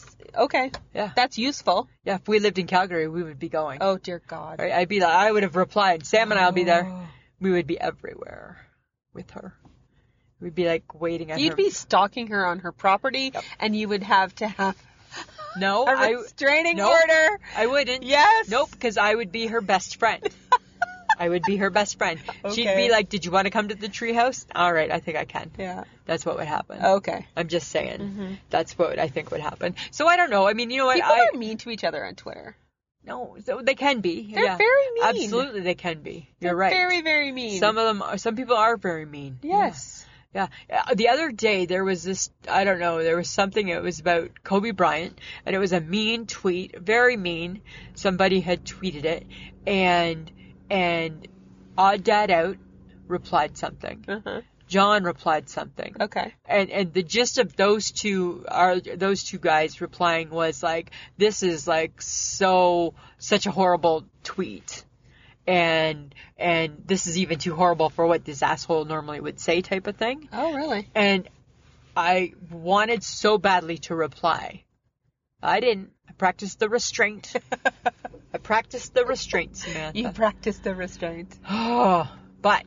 A: okay.
B: Yeah.
A: That's useful.
B: yeah if we lived in calgary we would be going
A: Oh dear God. Oh.
B: right i'd be like i would have replied sam and i'll be there we would be everywhere with her. We'd be like waiting at
A: You'd
B: her.
A: be stalking her on her property,
B: Yep.
A: and you would have to have
B: no,
A: a
B: I
A: restraining
B: Nope.
A: order.
B: I wouldn't.
A: Yes.
B: Nope, because I would be her best friend. I would be her best friend. She'd
A: Okay.
B: be like, "Did you want to come to the treehouse? All right, I think I can."
A: [LAUGHS] Yeah.
B: That's what would happen.
A: Okay.
B: I'm just saying. That's what I think would happen. So I don't know. I mean, you know what?
A: Mm-hmm. People
B: I
A: are mean to each other on Twitter.
B: no, so they can be.
A: They're
B: yeah.
A: very mean.
B: Absolutely, they can be. You're right.
A: Very, very mean.
B: Some of them, are, some people are very mean.
A: yes.
B: Yeah. Uh, The other day there was this, I don't know, there was something, it was about Kobe Bryant, and it was a mean tweet, very mean. Somebody had tweeted it, and, and Odd Dad Out replied something.
A: Uh-huh.
B: John replied something.
A: Okay.
B: And, and the gist of those two are those two guys replying was like this is like so such a horrible tweet and and this is even too horrible for what this asshole normally would say type of thing
A: Oh,
B: [LAUGHS]
A: really?
B: and I wanted so badly to reply. I didn't. I practiced the restraint. [LAUGHS] I practiced the restraint,
A: [LAUGHS]
B: Samantha.
A: You practice the restraint.
B: oh, [GASPS] but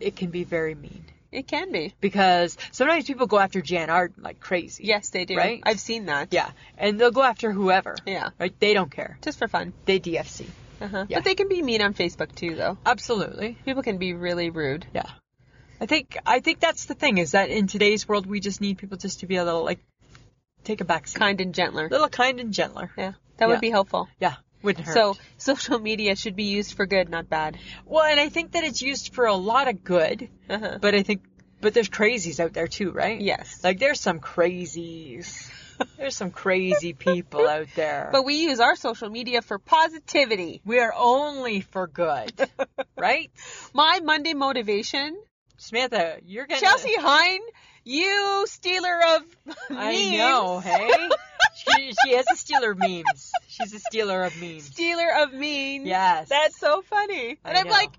B: it can be very mean
A: It can be.
B: because sometimes people go after Jan Arden like crazy.
A: Yes, they do.
B: Right?
A: I've seen that.
B: Yeah, and they'll go after whoever.
A: Yeah.
B: Right? They don't care.
A: Just for fun.
B: They DFC.
A: Uh-huh.
B: Yeah.
A: But they can be mean on Facebook too, though.
B: Absolutely.
A: People can be really rude.
B: Yeah. I think I think that's the thing is that in today's world we just need people just to be a little like take a back seat.
A: Kind and gentler.
B: a little kind and gentler.
A: Yeah. That
B: Yeah.
A: would be helpful.
B: Yeah, wouldn't hurt.
A: So social media should be used for good, not bad.
B: well, and I think that it's used for a lot of good,
A: Uh-huh.
B: but I think, but there's crazies out there too, right?
A: Yes.
B: Like there's some [LAUGHS] crazies. there's some crazy people out there.
A: But we use our social media for positivity.
B: we are only for [LAUGHS] good, right?
A: My Monday motivation,
B: Samantha, you're gonna
A: Chelsea Hine, you stealer of
B: I
A: memes.
B: know, hey.
A: [LAUGHS]
B: she, she is a stealer of memes. She's a stealer of memes.
A: Stealer of memes.
B: Yes.
A: That's so funny.
B: I
A: And I'm
B: know.
A: like,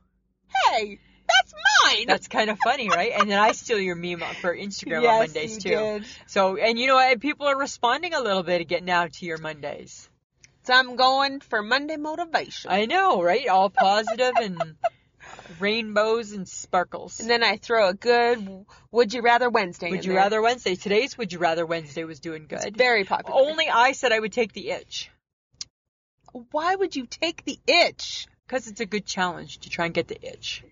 A: hey, that's mine.
B: That's kind of funny, right? And then I steal your meme for Instagram on
A: Yes,
B: Mondays
A: you
B: too.
A: did.
B: So, and you know what? People are responding a little bit again now to your Mondays.
A: So I'm going for Monday motivation.
B: I know, right? All positive and rainbows and sparkles.
A: and then I throw a good Would You Rather Wednesday.
B: Would
A: in
B: you
A: there.
B: rather Wednesday? Today's Would You Rather Wednesday was doing good.
A: Very popular.
B: Only I said I would take the itch
A: Why would you take the itch?
B: because it's a good challenge to try and get the itch.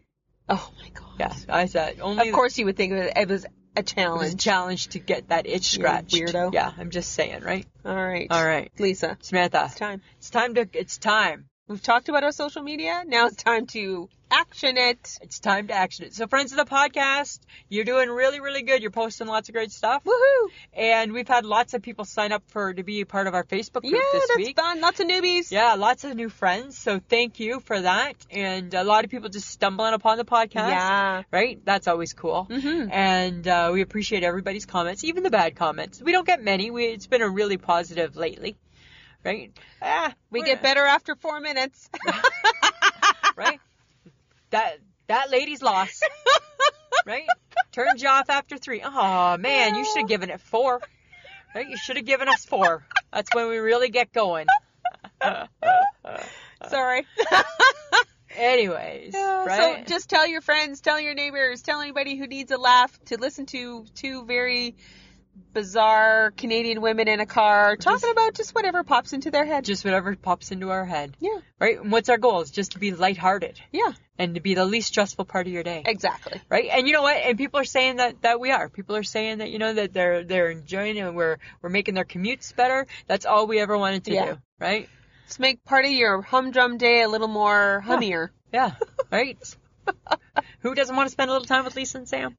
A: Oh my god.
B: Yeah, I said only.
A: Of course you would think of it, it was a
B: it was a
A: challenge.
B: challenge to get that itch
A: You're a
B: scratched.
A: weirdo.
B: Yeah, I'm just saying, right?
A: All right.
B: All right,
A: Lisa,
B: Samantha,
A: it's time.
B: it's time to. It's time.
A: We've talked about our social media. Now it's time to action it.
B: It's time to action it. So, friends of the podcast, you're doing really, really good. You're posting lots of great stuff.
A: Woohoo!
B: And we've had lots of people sign up for to be a part of our Facebook group
A: Yeah,
B: this
A: that's
B: week.
A: fun. Lots of newbies.
B: Yeah, lots of new friends. So thank you for that. And a lot of people just stumbling upon the podcast.
A: Yeah.
B: Right? That's always cool.
A: Mhm.
B: And uh, we appreciate everybody's comments, even the bad comments. We don't get many. We, it's been a really positive lately. Right? Ah,
A: We
B: we're-
A: get better after four
B: [LAUGHS]
A: minutes. [LAUGHS]
B: Right? that that lady's lost. right? Turns you off after three. Oh man, you should have given it four. Right? You should have given us four. That's when we really get going. [LAUGHS]
A: Sorry.
B: Anyways,
A: [LAUGHS] Yeah,
B: right?
A: So just tell your friends, tell your neighbors, tell anybody who needs a laugh to listen to two very bizarre Canadian women in a car talking
B: Just-
A: about just whatever pops into their head.
B: just whatever pops into our head.
A: Yeah.
B: Right? And what's our goal? Is just to be lighthearted
A: Yeah,
B: and to be the least stressful part of your day.
A: exactly.
B: Right? And you know what? And people are saying that that we are. People are saying that you know that they're they're enjoying and we're we're making their commutes better. That's all we ever wanted to
A: Yeah.
B: do, right?
A: Let's make part of your humdrum day a little more hummier.
B: Yeah, [LAUGHS] right. Who doesn't want to spend a little time with Lisa and Sam?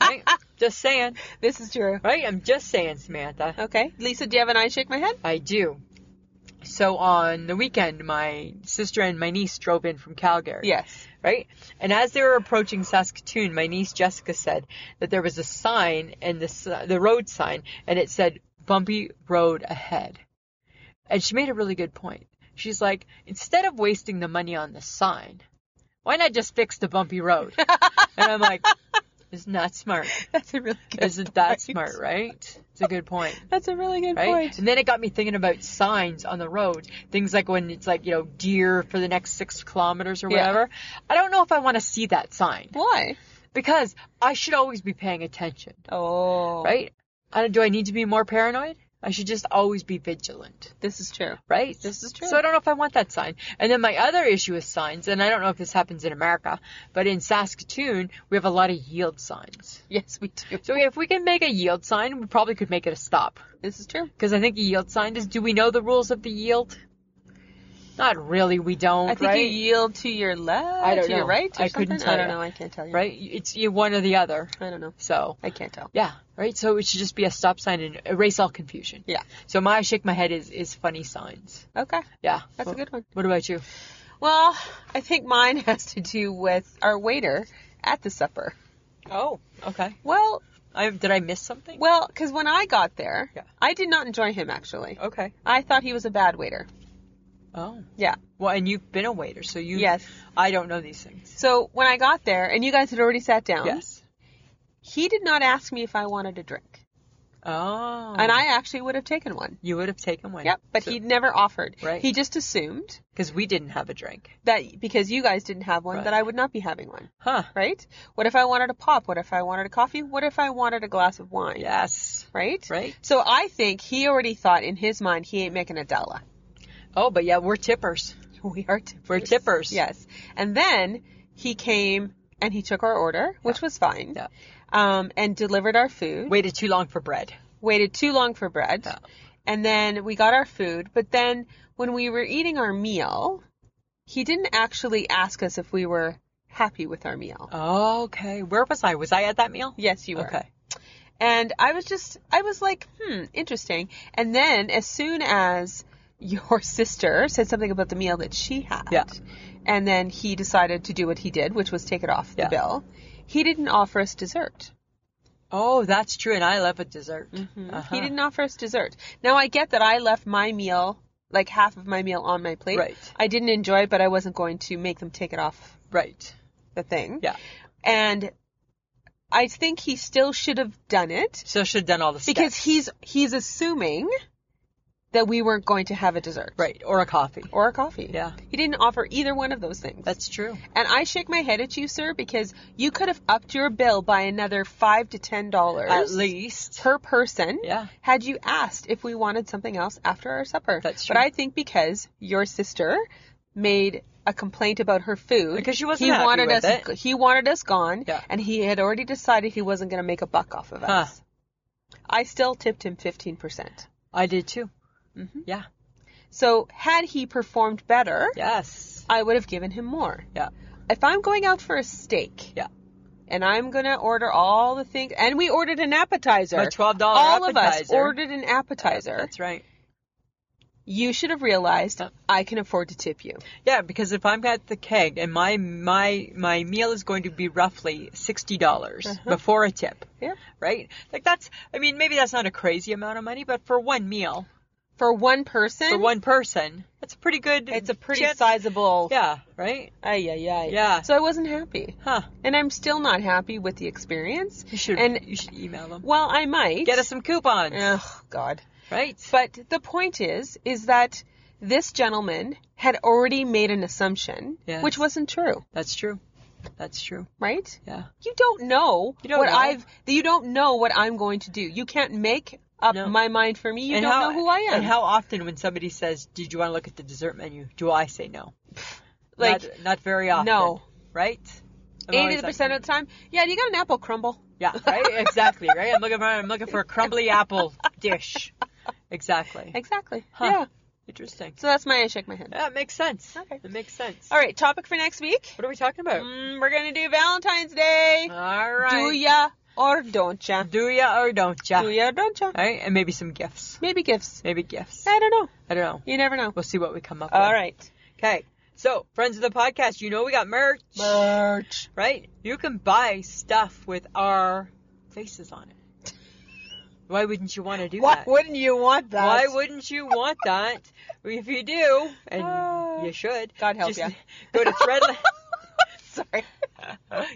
B: Right? Just saying,
A: This is true.
B: right? I'm just saying, Samantha.
A: Okay. Lisa, do you have an eye shake my head?
B: I do. So on the weekend, my sister and my niece drove in from Calgary.
A: Yes.
B: Right? And as they were approaching Saskatoon, my niece Jessica said that there was a sign and the, s- the road sign, and it said, bumpy road ahead. And she made a really good point. She's like, instead of wasting the money on the sign, why not just fix the bumpy road? and I'm like, isn't that smart?
A: [LAUGHS] That's a really good
B: Isn't that
A: point.
B: smart, right? It's a good point.
A: That's a really good
B: Right?
A: point.
B: And then it got me thinking about signs on the road. Things like when it's like, you know, deer for the next six kilometers or
A: Yeah.
B: whatever. I don't know if I want to see that sign
A: Why?
B: because I should always be paying attention,
A: Oh,
B: right? I, do I need to be more paranoid? I should just always be vigilant,
A: This is true. [LAUGHS]
B: right?
A: This is true.
B: So I don't know if I want that sign. And then my other issue with signs, and I don't know if this happens in America, but in Saskatoon, we have a lot of yield signs.
A: Yes, we do.
B: So if we can make a yield sign, we probably could make it a stop.
A: This is true.
B: Because I think a yield sign is. Do we know the rules of the yield? Not really. We don't.
A: I think
B: right?
A: you yield to your left,
B: I don't
A: to your
B: know.
A: right, or
B: I couldn't
A: something.
B: tell
A: I don't
B: ya.
A: know. I can't tell you.
B: Right? It's you one or the other.
A: I don't know.
B: So
A: I can't tell.
B: yeah, right. So it should just be a stop sign and erase all confusion.
A: Yeah.
B: So my shake my head is is funny signs.
A: Okay.
B: Yeah.
A: That's a
B: Wh-
A: good one.
B: What about you?
A: Well, I think mine [LAUGHS] has to do with our waiter at the supper.
B: Oh, okay.
A: Well,
B: I did I miss something?
A: well, because when I got there,
B: Yeah.
A: I did not enjoy him actually.
B: okay.
A: I thought he was a bad waiter.
B: Oh.
A: Yeah.
B: Well, and you've been a waiter, so you.
A: Yes.
B: I don't know these things.
A: So when I got there, and you guys had already sat down,
B: Yes.
A: he did not ask me if I wanted a drink,
B: Oh.
A: and I actually would have taken one.
B: You would have taken one.
A: Yep, but he never offered.
B: Right.
A: He just assumed
B: Because we didn't have a drink.
A: that because you guys didn't have one,
B: Right.
A: that I would not be having one.
B: Huh.
A: Right? What if I wanted a pop? What if I wanted a coffee? What if I wanted a glass of wine?
B: Yes.
A: Right?
B: Right.
A: So I think he already thought in his mind he ain't making a dollar.
B: Oh, but yeah, we're tippers.
A: [LAUGHS] We are tippers.
B: We're tippers.
A: Yes. And then he came and he took our order, which was fine.
B: Yeah.
A: Um, and delivered our food.
B: Waited too long for bread.
A: waited too long for bread.
B: Yeah.
A: And then we got our food, but then when we were eating our meal, he didn't actually ask us if we were happy with our meal.
B: Okay. Where was I? Was I at that meal?
A: Yes, you were.
B: Okay.
A: And I was just, I was like, hmm, interesting. And then as soon as your [LAUGHS] sister said something about the meal that she had,
B: Yeah.
A: and then he decided to do what he did, which was take it off
B: Yeah.
A: the bill, he didn't offer us dessert.
B: Oh, that's true. And I love a dessert.
A: Mm-hmm.
B: Uh-huh.
A: He didn't offer us dessert. Now I get that I left my meal, like half of my meal on my plate.
B: Right.
A: I didn't enjoy it, but I wasn't going to make them take it off
B: Right.
A: the thing.
B: Yeah.
A: And I think he still should have done it
B: So should have done all the steps.
A: because he's he's assuming that we weren't going to have a dessert.
B: right or a coffee.
A: Or a coffee.
B: Yeah.
A: He didn't offer either one of those things.
B: That's true.
A: and I shake my head at you, sir, because you could have upped your bill by another five to ten dollars
B: At least.
A: per person
B: Yeah.
A: had you asked if we wanted something else after our supper.
B: That's
A: But
B: true.
A: I think because your sister made a complaint about her food
B: Because she wasn't
A: he
B: happy
A: wanted
B: with
A: us
B: it.
A: he wanted us gone
B: Yeah.
A: and he had already decided he wasn't going to make a buck off of
B: Huh.
A: us. I still tipped him 15%.
B: I did too.
A: Mm-hmm.
B: Yeah.
A: So had he performed better,
B: Yes.
A: I would have given him more.
B: Yeah.
A: If I'm going out for a steak,
B: Yeah.
A: and I'm gonna order all the things. And we ordered an appetizer.
B: My $12
A: All of us
B: appetizer.
A: ordered an appetizer.
B: That's right.
A: You should have realized
B: Yeah.
A: I can afford to tip you.
B: Yeah, because if I'm at the keg and my my my meal is going to be roughly sixty dollars
A: Uh-huh.
B: before a tip,
A: Yeah.
B: right? Like that's I mean maybe that's not a crazy amount of money, but for one meal
A: For one person,
B: for one person, that's a pretty good.
A: it's a pretty
B: chance-
A: sizable.
B: Yeah. Right.
A: Ay, ay, ay.
B: Yeah.
A: So I wasn't happy,
B: Huh.
A: and I'm still not happy with the experience.
B: You should
A: And
B: you should email them.
A: well, I might
B: Get us some coupons.
A: Oh God.
B: Right.
A: But the point is, is that this gentleman had already made an assumption,
B: Yes.
A: which wasn't true,
B: that's true. That's true.
A: right?
B: Yeah.
A: you don't know
B: You don't
A: what
B: know.
A: I've you don't know what I'm going to do. You can't make up
B: No.
A: my mind for me. You don't know who I am.
B: And how often when somebody says, "Did you want to look at the dessert menu?" Do I say no?
A: Like,
B: not, not very often.
A: no.
B: Right. I'm always
A: eighty
B: like,
A: percent of the time, yeah, you got an apple crumble. [LAUGHS]
B: Yeah, right? Exactly, right? I'm looking for I'm looking for a crumbly apple dish.
A: [LAUGHS]
B: Exactly.
A: Exactly.
B: Huh.
A: Yeah.
B: Interesting.
A: So that's my I shake my head.
B: That makes sense.
A: Okay.
B: It makes sense.
A: All right, topic for next week.
B: What are we talking about?
A: Mm, we're gonna do Valentine's Day.
B: All right.
A: Uh, Do ya or don't ya?
B: Do ya or don't ya?
A: Do ya or don't ya?
B: All right, and maybe some gifts.
A: Maybe gifts.
B: Maybe gifts.
A: I don't know.
B: I don't know.
A: You never know.
B: We'll see what we come up
A: All
B: with.
A: right.
B: Okay. So, friends of the podcast, you know we got merch,
A: Merch.
B: right? You can buy stuff with our faces on it. Why wouldn't you want to do
A: Why
B: that?
A: wouldn't you want that?
B: Why wouldn't you want that? If you do, and
A: Ah.
B: you should,
A: God help [LAUGHS]
B: just
A: ya.
B: [LAUGHS] Go to [LAUGHS] Threadless.
A: [LAUGHS] Sorry.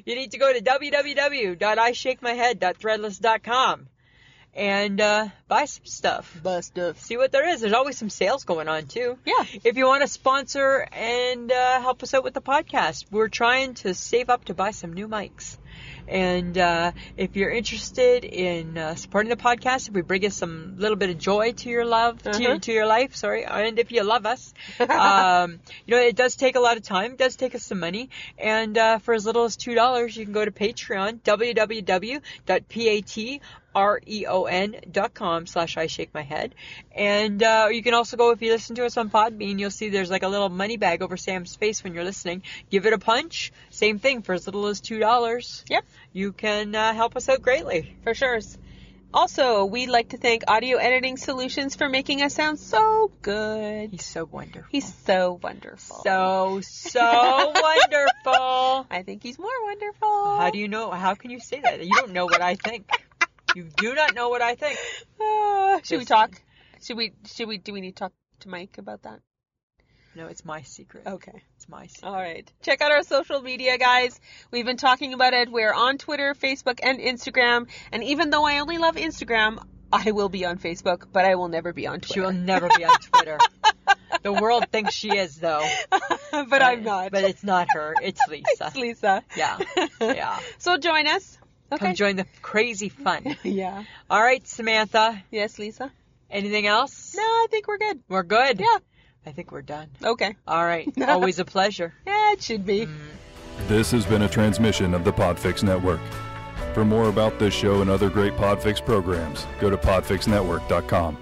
B: you need to go to www.ishakemyhead.threadless.com and uh, buy some stuff.
A: Buy stuff.
B: See what there is. There's always some sales going on too.
A: [LAUGHS] Yeah.
B: If you want to sponsor and uh, help us out with the podcast, we're trying to save up to buy some new mics. And uh, if you're interested in uh, supporting the podcast, if we bring us some little bit of joy to your love, to, your,
A: Uh-huh.
B: to your life, sorry, and if you love us,
A: Uh,
B: um, you know, it does take a lot of time, it does take us some money, and uh, for as little as two dollars, you can go to Patreon www.patreon.com slash I shake my head, and uh, you can also go if you listen to us on Podbean, you'll see there's like a little money bag over Sam's face when you're listening. Give it a punch, same thing for as little as two dollars
A: Yep.
B: you can uh, help us out greatly.
A: [LAUGHS] For sure. Also, we'd like to thank Audio Editing Solutions for making us sound so good.
B: He's so wonderful.
A: He's so wonderful.
B: so, so [LAUGHS] wonderful.
A: I think he's more wonderful.
B: How do you know? How can you say that? You don't know what I think. You do not know what I think.
A: Uh, should we
B: Just-
A: talk? Should we? Should we? Do we need to talk to Mike about that?
B: No, it's my secret.
A: Okay.
B: It's my secret.
A: All right. Check out our social media, guys. We've been talking about it. We're on Twitter, Facebook, and Instagram. And even though I only love Instagram, I will be on Facebook, but I will never be on
B: She will
A: Twitter.
B: never be on Twitter. the world thinks she is, though.
A: [LAUGHS] but I'm not.
B: But it's not her. It's Lisa.
A: it's Lisa.
B: Yeah. Yeah.
A: So join us.
B: Come
A: [LAUGHS] Okay.
B: join the crazy fun.
A: yeah.
B: All right, Samantha.
A: Yes, Lisa.
B: Anything else?
A: No, I think we're good.
B: We're good.
A: Yeah.
B: I think we're done.
A: Okay. [LAUGHS]
B: All right. Always a pleasure.
A: Yeah, it should
B: Mm.
A: be.
C: This has been a transmission of the Podfix Network. For more about this show and other great Podfix programs, go to podfixnetwork.com.